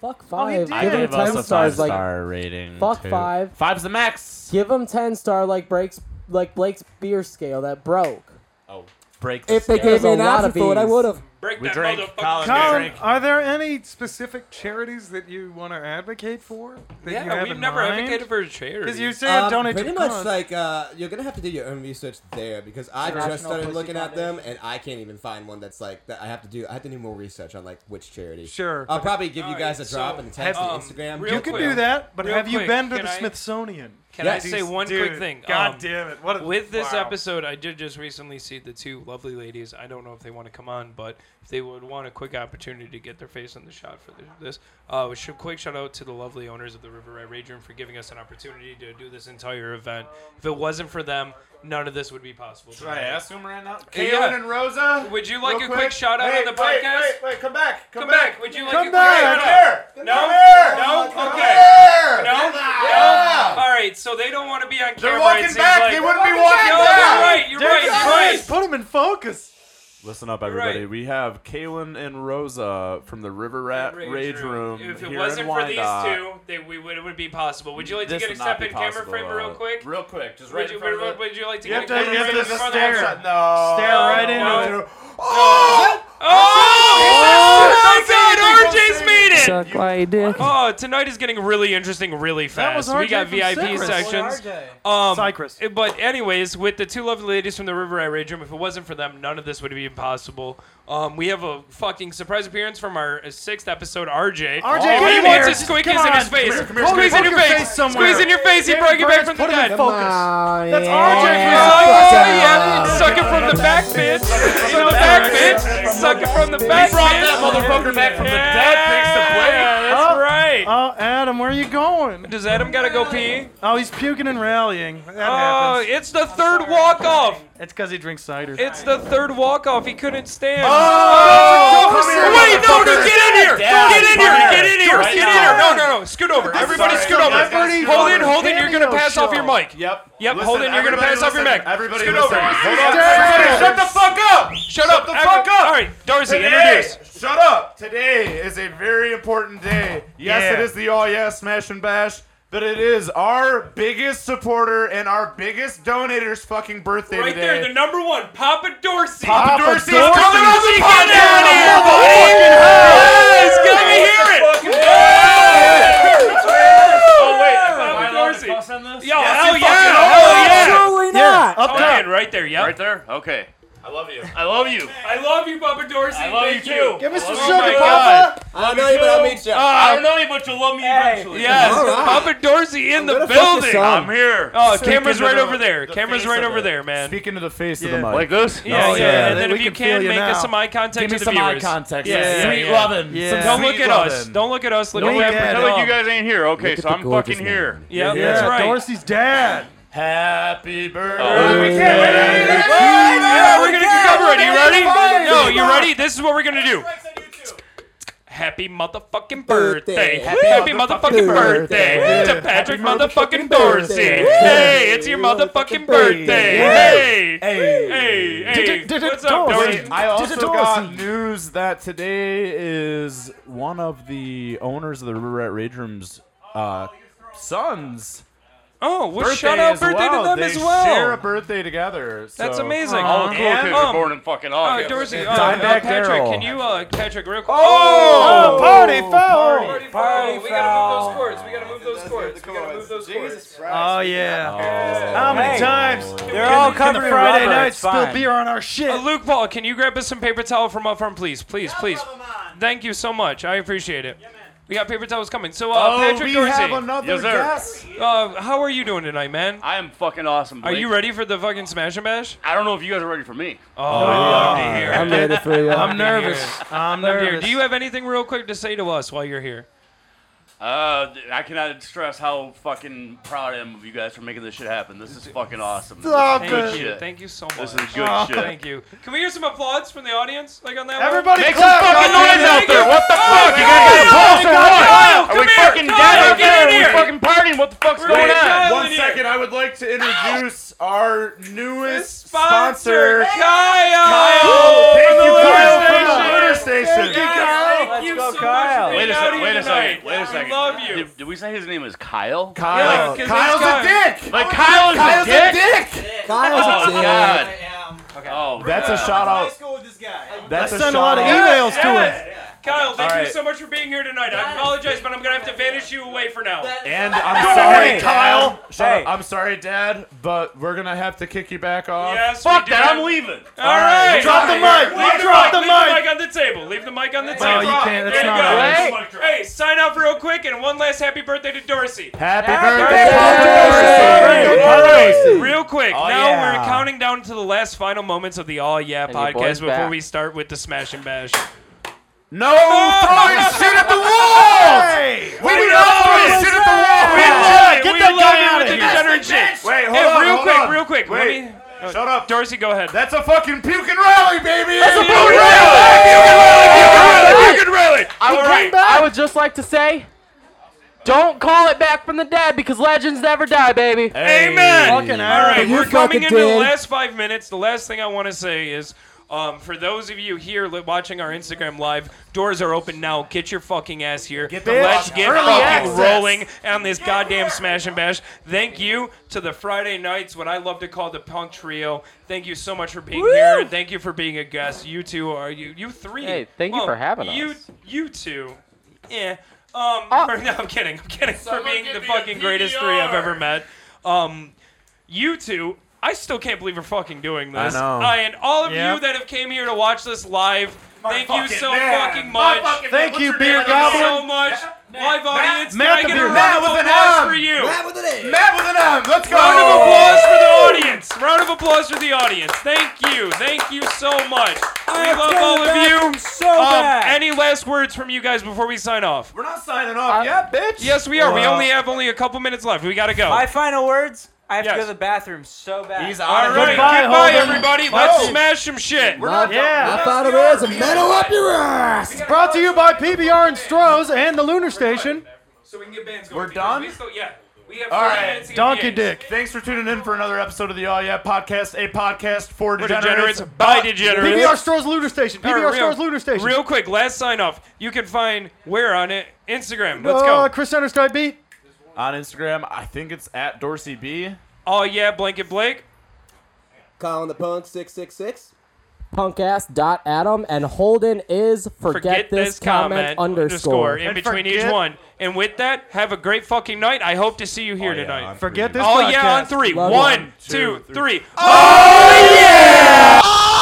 Speaker 4: Fuck
Speaker 3: he
Speaker 4: five.
Speaker 3: did.
Speaker 4: Give him
Speaker 3: Give
Speaker 4: ten stars. Like
Speaker 1: rating.
Speaker 4: fuck too. five.
Speaker 1: Five's the max.
Speaker 4: give him ten star. Like breaks. Like Blake's beer scale that broke.
Speaker 1: Oh, break.
Speaker 5: If they
Speaker 1: the
Speaker 4: There's
Speaker 5: gave me
Speaker 4: a
Speaker 5: an
Speaker 4: lot
Speaker 5: option
Speaker 4: of
Speaker 5: for it, I
Speaker 4: bees.
Speaker 5: would have.
Speaker 2: Break
Speaker 1: We
Speaker 2: that
Speaker 1: drank
Speaker 2: motherfucker's
Speaker 1: Colin's
Speaker 2: beer.
Speaker 1: beer.
Speaker 3: Colin,
Speaker 1: Drink.
Speaker 3: are there any specific charities that you want to advocate for? That you
Speaker 2: Yeah,
Speaker 3: have
Speaker 2: we've
Speaker 3: in
Speaker 2: never
Speaker 3: mind?
Speaker 2: advocated for a charity.
Speaker 3: Because you said
Speaker 5: Um,
Speaker 3: donate
Speaker 5: pretty
Speaker 3: to
Speaker 5: much
Speaker 3: cause.
Speaker 5: like uh, you're gonna have to do your own research there because I've
Speaker 6: National
Speaker 5: just started
Speaker 6: Pussy
Speaker 5: looking at them and I can't even find one that's like that. I have to do. I have to do more research on like which charity.
Speaker 3: Sure.
Speaker 5: I'll probably give you
Speaker 2: Alright,
Speaker 5: guys a
Speaker 2: so
Speaker 5: drop in the text
Speaker 3: have-
Speaker 2: um,
Speaker 5: and Instagram.
Speaker 2: real
Speaker 3: you could
Speaker 2: quick.
Speaker 3: do that, but
Speaker 2: Real
Speaker 3: have you
Speaker 2: quick,
Speaker 3: been to
Speaker 2: can
Speaker 3: the
Speaker 2: I-
Speaker 3: Smithsonian?
Speaker 2: Can I
Speaker 5: Yes.
Speaker 2: say one
Speaker 3: Dude,
Speaker 2: quick thing?
Speaker 3: God
Speaker 2: Um,
Speaker 3: damn it! What a,
Speaker 2: With this
Speaker 3: wow.
Speaker 2: episode, I did just recently see the two lovely ladies. I don't know if they want to come on, but if they would want a quick opportunity to get their face on the shot for the- this, uh, a sh- quick shout out to the lovely owners of the River Rat Rage Room for giving us an opportunity to do this entire event. If it wasn't for them, none of this would be possible.
Speaker 1: Should I ask him right now?
Speaker 2: Yeah.
Speaker 1: Kaylin and Rosa.
Speaker 2: Would you like
Speaker 1: real
Speaker 2: a quick shout out
Speaker 1: Hey,
Speaker 2: on the
Speaker 1: wait,
Speaker 2: podcast?
Speaker 1: Wait, wait, come back. Come,
Speaker 2: Come back. Would you like a
Speaker 3: Come
Speaker 2: quick
Speaker 3: back.
Speaker 2: shout out?
Speaker 1: Come here.
Speaker 2: No?
Speaker 1: Come here.
Speaker 2: No?
Speaker 1: Come
Speaker 2: Okay.
Speaker 1: here.
Speaker 2: No?
Speaker 1: Yeah.
Speaker 2: No? All right, so they don't want to be on camera.
Speaker 1: They're
Speaker 2: it
Speaker 1: walking
Speaker 2: seems
Speaker 1: back.
Speaker 2: like.
Speaker 1: they wouldn't be
Speaker 3: They're
Speaker 1: walking
Speaker 3: walking
Speaker 2: No,
Speaker 1: back.
Speaker 2: you're right. You're
Speaker 3: Dude,
Speaker 2: right. You're right.
Speaker 3: guys, Put him in focus.
Speaker 1: Listen up, everybody.
Speaker 2: Right.
Speaker 1: We have Kaylin and Rosa from the River Rat Rage, Room.
Speaker 2: If it
Speaker 1: here
Speaker 2: wasn't
Speaker 1: in
Speaker 2: for these
Speaker 1: Wyandotte.
Speaker 2: two, they, we would, it would be possible. Would you like
Speaker 1: this
Speaker 2: to get a
Speaker 1: would not
Speaker 2: step
Speaker 1: be
Speaker 2: in camera
Speaker 1: possible,
Speaker 2: frame
Speaker 1: uh,
Speaker 2: real quick?
Speaker 1: Real quick, just
Speaker 2: Would
Speaker 1: right
Speaker 2: you,
Speaker 1: in
Speaker 2: would,
Speaker 1: front
Speaker 2: would,
Speaker 1: of it.
Speaker 2: you like to
Speaker 3: You
Speaker 2: get
Speaker 3: have
Speaker 2: a
Speaker 3: to- you
Speaker 2: camera frame
Speaker 3: have to
Speaker 2: in front
Speaker 3: stare.
Speaker 2: of us?
Speaker 1: No.
Speaker 3: Stare right into
Speaker 2: no.
Speaker 3: it.
Speaker 1: Oh!
Speaker 2: Oh, that's it! RJ's made it!
Speaker 7: Suck my dick.
Speaker 2: Oh, tonight is getting really interesting really fast.
Speaker 3: was
Speaker 2: We
Speaker 3: RJ
Speaker 2: got
Speaker 3: from
Speaker 2: VIP
Speaker 3: Cyprus.
Speaker 2: sections.
Speaker 6: RJ.
Speaker 2: Um,
Speaker 3: Cyprus.
Speaker 2: eh, But anyways, with the two lovely ladies from the River I Rage Room, if it wasn't for them, none of this would be possible. Um, we have a fucking surprise appearance from our uh, sixth episode, RJ.
Speaker 3: RJ,
Speaker 2: And
Speaker 3: get
Speaker 2: he
Speaker 3: in
Speaker 2: wants
Speaker 3: here.
Speaker 2: to squeak
Speaker 3: Come
Speaker 2: his in
Speaker 3: on,
Speaker 2: his face.
Speaker 3: come here, come here,
Speaker 2: squeeze
Speaker 3: squeeze
Speaker 2: in your
Speaker 3: your
Speaker 2: face.
Speaker 3: face somewhere.
Speaker 2: Squeeze in your face. He
Speaker 3: David
Speaker 2: brought you back
Speaker 3: Burns,
Speaker 2: from the
Speaker 3: put him in
Speaker 2: dead.
Speaker 3: the
Speaker 8: That's
Speaker 3: Focus. RJ
Speaker 2: Oh,
Speaker 3: from
Speaker 2: yeah. Suck it from the back, bitch. From the back, bitch. Suck it from the back, bitch.
Speaker 1: brought that motherfucker back from the
Speaker 2: Yeah,
Speaker 1: dead, thanks to Blake.
Speaker 2: That's
Speaker 3: Oh.
Speaker 2: right.
Speaker 3: Oh, Adam, where are you going?
Speaker 2: Does Adam gotta go pee?
Speaker 3: Oh, he's puking and rallying. That
Speaker 2: Oh,
Speaker 3: happens.
Speaker 2: it's the third walk off.
Speaker 3: It's because he drinks cider.
Speaker 2: It's the third walk off. He couldn't stand. Oh!
Speaker 1: come here,
Speaker 2: Wait, no, no,
Speaker 1: motherfucker.
Speaker 2: get in here!
Speaker 1: Dad,
Speaker 2: Get in here!
Speaker 1: come
Speaker 2: Get in here!
Speaker 1: Right
Speaker 2: Get in
Speaker 1: now.
Speaker 2: here! No, no, no! Scoot over! Everybody,
Speaker 1: sorry.
Speaker 2: scoot over!
Speaker 1: Everybody
Speaker 2: Hold in,
Speaker 1: scoot
Speaker 2: hold in! You're gonna
Speaker 3: Cameo
Speaker 2: pass off your
Speaker 3: show.
Speaker 2: mic.
Speaker 1: Yep.
Speaker 2: Yep,
Speaker 1: Listen,
Speaker 2: hold it, you're gonna
Speaker 1: everybody
Speaker 2: pass off your
Speaker 1: listen.
Speaker 2: mic.
Speaker 1: Everybody
Speaker 2: Scoot
Speaker 1: listen.
Speaker 2: over.
Speaker 1: Hold on.
Speaker 3: Damn.
Speaker 1: Shut the fuck up.
Speaker 2: Shut up!
Speaker 1: the fuck
Speaker 2: Every-
Speaker 1: up.
Speaker 2: All right, Darcy,
Speaker 1: Today,
Speaker 2: introduce.
Speaker 1: shut up. Today is a very important day. Yes,
Speaker 3: Yeah.
Speaker 1: it is the All Yes Smash and Bash, but it is our biggest supporter and our biggest donator's fucking birthday
Speaker 2: Right
Speaker 1: today.
Speaker 2: there, the number one, Papa Dorsey.
Speaker 1: Papa Dorsey is
Speaker 2: Dorsey.
Speaker 1: coming on the
Speaker 2: Get
Speaker 1: podcast.
Speaker 2: out of here,
Speaker 1: Motherfucking
Speaker 2: Yes,
Speaker 1: hell.
Speaker 2: let me hear it.
Speaker 1: Oh wait,
Speaker 2: Papa Dorsey. Yo,
Speaker 1: Yes,
Speaker 2: hell
Speaker 1: you
Speaker 2: yeah! Hell yeah!
Speaker 8: Surely not.
Speaker 3: Up
Speaker 2: Oh,
Speaker 3: top.
Speaker 2: man, right there, yep.
Speaker 1: there. Okay. I love you.
Speaker 2: I love you. I love you, Papa Dorsey. I love Thank you. Too.
Speaker 3: Give us some
Speaker 2: Oh my
Speaker 3: sugar,
Speaker 2: God.
Speaker 3: Papa.
Speaker 5: I don't know you, but I'll meet you.
Speaker 7: Ah,
Speaker 2: I don't
Speaker 1: know you, but you'll love me eventually.
Speaker 2: Yes,
Speaker 5: All right.
Speaker 2: Papa Dorsey in the
Speaker 5: gonna fuck your
Speaker 2: building.
Speaker 5: son.
Speaker 1: I'm here.
Speaker 2: Oh,
Speaker 1: Speak
Speaker 2: camera's
Speaker 1: into
Speaker 2: right
Speaker 1: the-
Speaker 2: over there.
Speaker 1: the
Speaker 2: Camera's
Speaker 1: face
Speaker 2: right
Speaker 1: of
Speaker 2: over
Speaker 1: it.
Speaker 2: there, man.
Speaker 1: Speak into the face
Speaker 3: Yeah.
Speaker 1: of the mic.
Speaker 7: Like this?
Speaker 2: yeah,
Speaker 3: Oh,
Speaker 2: yeah,
Speaker 3: yeah.
Speaker 2: And then
Speaker 3: We
Speaker 2: if you
Speaker 3: can feel
Speaker 2: can,
Speaker 3: you
Speaker 2: make us
Speaker 3: now.
Speaker 2: some eye contact
Speaker 1: Give me
Speaker 2: to the
Speaker 1: some eye
Speaker 2: viewers.
Speaker 1: contact.
Speaker 2: Yeah,
Speaker 1: some
Speaker 2: yeah,
Speaker 1: sweet
Speaker 2: yeah.
Speaker 1: lovin'.
Speaker 3: Yeah.
Speaker 1: Some
Speaker 2: Don't look
Speaker 1: sweet
Speaker 2: at us.
Speaker 1: lovin'.
Speaker 2: Don't look at us. Look
Speaker 3: Don't
Speaker 2: at
Speaker 3: look at
Speaker 2: Papa
Speaker 7: Pretend
Speaker 3: us.
Speaker 2: Dorsey.
Speaker 7: like you guys ain't here. Okay,
Speaker 8: Look at
Speaker 7: so
Speaker 8: the
Speaker 7: I'm
Speaker 8: gorgeous
Speaker 7: fucking
Speaker 8: man.
Speaker 7: here.
Speaker 2: Yeah,
Speaker 3: Yeah,
Speaker 2: that's right.
Speaker 3: Dorsey's dad.
Speaker 1: Happy birthday.
Speaker 2: Yeah, we're gonna
Speaker 1: Yeah,
Speaker 2: cover it. You
Speaker 1: we're
Speaker 2: ready?
Speaker 1: gonna-
Speaker 2: No, you ready? This is what we're gonna do. Happy motherfucking birthday.
Speaker 5: Birthday.
Speaker 2: Happy, motherfucking birthday, to Patrick motherfucking Dorsey. Hey, it's your motherfucking birthday. Hey.
Speaker 1: Hey.
Speaker 2: Hey, hey.
Speaker 3: did it
Speaker 2: What's up,
Speaker 3: Dorsey?
Speaker 2: Dorsey?
Speaker 1: I also
Speaker 3: Dorsey.
Speaker 1: got news that today is one of the owners of the River Rat Rage Room's uh, sons.
Speaker 2: Oh, well,
Speaker 1: Birthday
Speaker 2: shout out
Speaker 1: as
Speaker 2: birthday
Speaker 1: well.
Speaker 2: to them
Speaker 1: they
Speaker 2: as well.
Speaker 1: Share a birthday together. So.
Speaker 2: That's amazing.
Speaker 7: All the cool
Speaker 2: And,
Speaker 7: kids
Speaker 2: um,
Speaker 7: are born in fucking
Speaker 2: uh,
Speaker 7: August.
Speaker 2: Dorsey, uh, uh,
Speaker 1: Dimebag
Speaker 2: Patrick,
Speaker 1: Daryl.
Speaker 2: can you, uh, Patrick, real quick?
Speaker 3: Oh, party foul.
Speaker 2: Party, party, we gotta move those chords. We gotta move those chords. We gotta move those chords.
Speaker 3: Oh, yeah.
Speaker 1: Oh.
Speaker 3: How many
Speaker 6: Hey.
Speaker 3: times?
Speaker 6: They're all
Speaker 3: Can the
Speaker 6: covering
Speaker 3: Friday
Speaker 6: rubber,
Speaker 3: night
Speaker 6: it's
Speaker 3: spill
Speaker 6: fine.
Speaker 3: beer on our
Speaker 2: Uh,
Speaker 3: shit?
Speaker 2: Luke Paul, can you grab us some paper towel from up front, please? Please, please. Thank you so much. I appreciate it. We got paper towels coming. So, uh,
Speaker 1: Oh,
Speaker 2: Patrick
Speaker 1: we
Speaker 2: Dorsey,
Speaker 1: have another
Speaker 7: Yes, sir.
Speaker 1: guest.
Speaker 2: uh, how are you doing tonight, man?
Speaker 7: I am fucking awesome.
Speaker 2: Are
Speaker 7: Blake.
Speaker 2: you ready for the fucking smash and bash? Oh,
Speaker 7: I don't know if you guys are ready for me.
Speaker 8: I'm ready for you.
Speaker 3: I'm nervous. I'm
Speaker 2: Here,
Speaker 3: nervous.
Speaker 2: do you have anything real quick to say to us while you're here?
Speaker 7: Uh, th- I cannot stress how fucking proud I am of you guys for making this shit happen. This is fucking awesome. This is
Speaker 3: Stop
Speaker 7: good
Speaker 2: Thank
Speaker 3: it.
Speaker 2: you.
Speaker 7: shit.
Speaker 2: Thank you so much.
Speaker 7: This is good shit.
Speaker 2: Oh, Thank you. Can we hear some applause from the audience? Like on that one?
Speaker 3: Everybody
Speaker 7: Make some
Speaker 3: clap. goddamn
Speaker 7: fucking noise
Speaker 3: it.
Speaker 7: out there. What the fuck? You guys got a pulse or
Speaker 2: Kyle,
Speaker 7: what?
Speaker 2: come
Speaker 7: Are we
Speaker 2: here.
Speaker 7: fucking
Speaker 2: Kyle,
Speaker 7: dead out
Speaker 2: get in
Speaker 7: there? Are we
Speaker 2: here.
Speaker 7: fucking partying? What the fuck's
Speaker 2: We're
Speaker 7: going
Speaker 2: gonna die.
Speaker 7: on?
Speaker 1: One second, I would like to introduce our newest
Speaker 2: Sponsor
Speaker 1: sponsor,
Speaker 2: Kyle.
Speaker 1: Kyle. Thank you,
Speaker 2: From the
Speaker 1: Kyle,
Speaker 2: Litter
Speaker 1: from the
Speaker 2: Station.
Speaker 1: litter station.
Speaker 2: Yes, Thank
Speaker 6: Let's
Speaker 2: you
Speaker 6: go,
Speaker 2: so
Speaker 6: Kyle.
Speaker 2: much for
Speaker 7: Wait
Speaker 2: being
Speaker 7: a
Speaker 2: out
Speaker 7: second.
Speaker 2: here
Speaker 7: Wait a
Speaker 2: tonight.
Speaker 7: second. Wait a second.
Speaker 2: I love you.
Speaker 7: Did, did we say his name is Kyle?
Speaker 1: Kyle.
Speaker 2: Yeah, 'cause
Speaker 1: Kyle's
Speaker 2: he's
Speaker 1: a dick.
Speaker 7: Like Kyle's,
Speaker 1: Kyle's
Speaker 7: a dick.
Speaker 1: a dick.
Speaker 5: Kyle's
Speaker 7: Oh
Speaker 5: a dick.
Speaker 7: god.
Speaker 6: am.
Speaker 7: Oh,
Speaker 1: That's a shout out.
Speaker 2: Oh.
Speaker 6: school with this guy.
Speaker 1: That's
Speaker 3: I
Speaker 1: a
Speaker 3: send
Speaker 1: shout
Speaker 3: a lot of
Speaker 1: out.
Speaker 3: emails to it.
Speaker 2: Kyle, thank
Speaker 1: All
Speaker 2: you
Speaker 1: right.
Speaker 2: so much for being here tonight. I apologize, but I'm gonna have to vanish you away for now.
Speaker 1: And I'm sorry,
Speaker 8: Hey.
Speaker 1: Kyle. Shut
Speaker 8: Hey.
Speaker 1: up. I'm sorry, Dad, but we're gonna have to kick you back off.
Speaker 2: yes,
Speaker 7: Fuck
Speaker 2: we
Speaker 7: that,
Speaker 2: did.
Speaker 7: I'm leaving.
Speaker 2: All right.
Speaker 1: Drop the mic.
Speaker 2: Leave the
Speaker 1: Drop
Speaker 2: mic.
Speaker 1: the
Speaker 2: Leave the
Speaker 1: mic.
Speaker 2: mic on the table. Leave the mic on the
Speaker 1: Well,
Speaker 2: table.
Speaker 1: you can't. That's
Speaker 2: There
Speaker 1: not
Speaker 2: you go.
Speaker 1: right.
Speaker 2: Hey, sign off real quick and one last happy birthday to Dorsey.
Speaker 1: Happy,
Speaker 8: birthday.
Speaker 1: birthday, Papa Dorsey.
Speaker 2: Real quick,
Speaker 1: Oh,
Speaker 2: now
Speaker 8: yeah.
Speaker 2: we're counting down to the last final moments of the All Yeah
Speaker 8: your boy's
Speaker 2: podcast before
Speaker 8: back.
Speaker 2: we start with the Smash and Bash.
Speaker 1: No throwing shit at the walls. We do not throw shit at the walls.
Speaker 2: We love it.
Speaker 1: Get
Speaker 2: we
Speaker 1: that
Speaker 2: love
Speaker 1: guy
Speaker 2: it
Speaker 1: out
Speaker 2: with
Speaker 1: of
Speaker 2: the
Speaker 1: here.
Speaker 2: degenerate shit.
Speaker 1: Wait, hold
Speaker 2: Hey,
Speaker 1: on.
Speaker 2: real
Speaker 1: hold
Speaker 2: quick,
Speaker 1: on.
Speaker 2: real quick. Let
Speaker 1: Wait.
Speaker 2: me- uh,
Speaker 1: Shut up.
Speaker 2: Dorsey, go ahead.
Speaker 1: That's a fucking puke and rally, baby. That's
Speaker 2: a puke and
Speaker 1: rally. Puke and rally.
Speaker 2: All right.
Speaker 8: I would just like to say, don't call it back from the dead because legends never die, baby.
Speaker 2: Amen.
Speaker 8: Fucking
Speaker 2: All right,
Speaker 5: You
Speaker 2: we're coming
Speaker 5: fucking
Speaker 2: into the
Speaker 5: did.
Speaker 2: last five minutes. The last thing I want to say is. Um, for those of you here li- watching our Instagram live, doors are open now. Get your fucking ass here.
Speaker 1: Get the
Speaker 2: Let's
Speaker 1: fuck
Speaker 2: get
Speaker 1: early
Speaker 2: fucking
Speaker 1: access.
Speaker 2: rolling on this goddamn smash and bash. Thank you to the Friday nights, what I love to call the punk trio. Thank you so much for being here. and Thank you for being a guest. You two are you you three.
Speaker 8: Hey, thank you
Speaker 2: Well,
Speaker 8: for having
Speaker 2: you,
Speaker 8: us. Ah.
Speaker 2: You two, yeah. Um, for- no, I'm kidding. I'm kidding for being
Speaker 1: give
Speaker 2: the
Speaker 1: me a
Speaker 2: fucking greatest three I've
Speaker 1: PBR.
Speaker 2: ever met. Um, you two, I still can't believe we're fucking doing this.
Speaker 1: I know.
Speaker 2: and all of
Speaker 3: Yeah.
Speaker 2: you that have came here to watch this live, thank you
Speaker 1: fucking
Speaker 2: so
Speaker 1: man.
Speaker 2: fucking much.
Speaker 3: Thank you, beer
Speaker 2: Thank you
Speaker 3: goblin.
Speaker 2: so much. Live audience,
Speaker 3: Matt
Speaker 2: can I
Speaker 3: the
Speaker 2: get a
Speaker 3: beer-
Speaker 2: round
Speaker 1: Matt
Speaker 2: of
Speaker 1: with an
Speaker 2: applause
Speaker 1: M.
Speaker 2: for you?
Speaker 5: Matt with an A.
Speaker 1: Matt with an M. Let's go.
Speaker 2: Round of applause for the audience. Round of applause for the audience. Thank you. Thank you so much. We love all of you.
Speaker 8: So
Speaker 2: Um,
Speaker 8: bad.
Speaker 2: any last words from you guys before we sign off?
Speaker 1: We're not signing off yet, bitch.
Speaker 2: Yes, we are. we
Speaker 1: Well,
Speaker 2: only have only a couple minutes left. We gotta go.
Speaker 9: My final words. I have
Speaker 2: Yes.
Speaker 9: to go to the bathroom so bad.
Speaker 1: He's
Speaker 2: All
Speaker 1: out of
Speaker 2: right,
Speaker 1: here.
Speaker 2: goodbye,
Speaker 3: Goodbye, Holden.
Speaker 2: everybody. Let's
Speaker 1: No.
Speaker 2: smash some shit.
Speaker 5: My-
Speaker 3: Yeah.
Speaker 5: My final words are metal up your ass.
Speaker 3: Brought to you by PBR and Stroh's and the Lunar Station.
Speaker 2: So we can get bands
Speaker 1: We're because done? we
Speaker 2: yeah. We have
Speaker 1: All five right, minutes to
Speaker 3: Donkey Dick.
Speaker 1: Thanks for tuning in for another episode of the All Yeah Podcast, a podcast for
Speaker 2: For
Speaker 1: degenerates.
Speaker 2: degenerates, by degenerates.
Speaker 3: PBR Stroh's Lunar Station.
Speaker 2: All right,
Speaker 3: PBR
Speaker 2: real-
Speaker 3: Stroh's Lunar Station.
Speaker 2: Real quick, last sign off. You can find where on it? Instagram. Let's
Speaker 3: Uh,
Speaker 2: go.
Speaker 3: Chris Understripe B.
Speaker 1: On Instagram, I think it's at Dorsey B.
Speaker 2: Oh yeah, blanket Blake.
Speaker 5: Colin the Punk six six six.
Speaker 4: Punkass dot Adam and Holden is forget,
Speaker 2: Forget
Speaker 4: this, comment, underscore.
Speaker 2: in
Speaker 3: And
Speaker 2: between each
Speaker 3: forget-
Speaker 2: one. And with that, have a great fucking night. I hope to see you here tonight.
Speaker 3: Forget this
Speaker 2: Oh yeah, on
Speaker 3: podcast.
Speaker 2: three.
Speaker 4: Love
Speaker 2: One,
Speaker 1: you.
Speaker 2: two, three.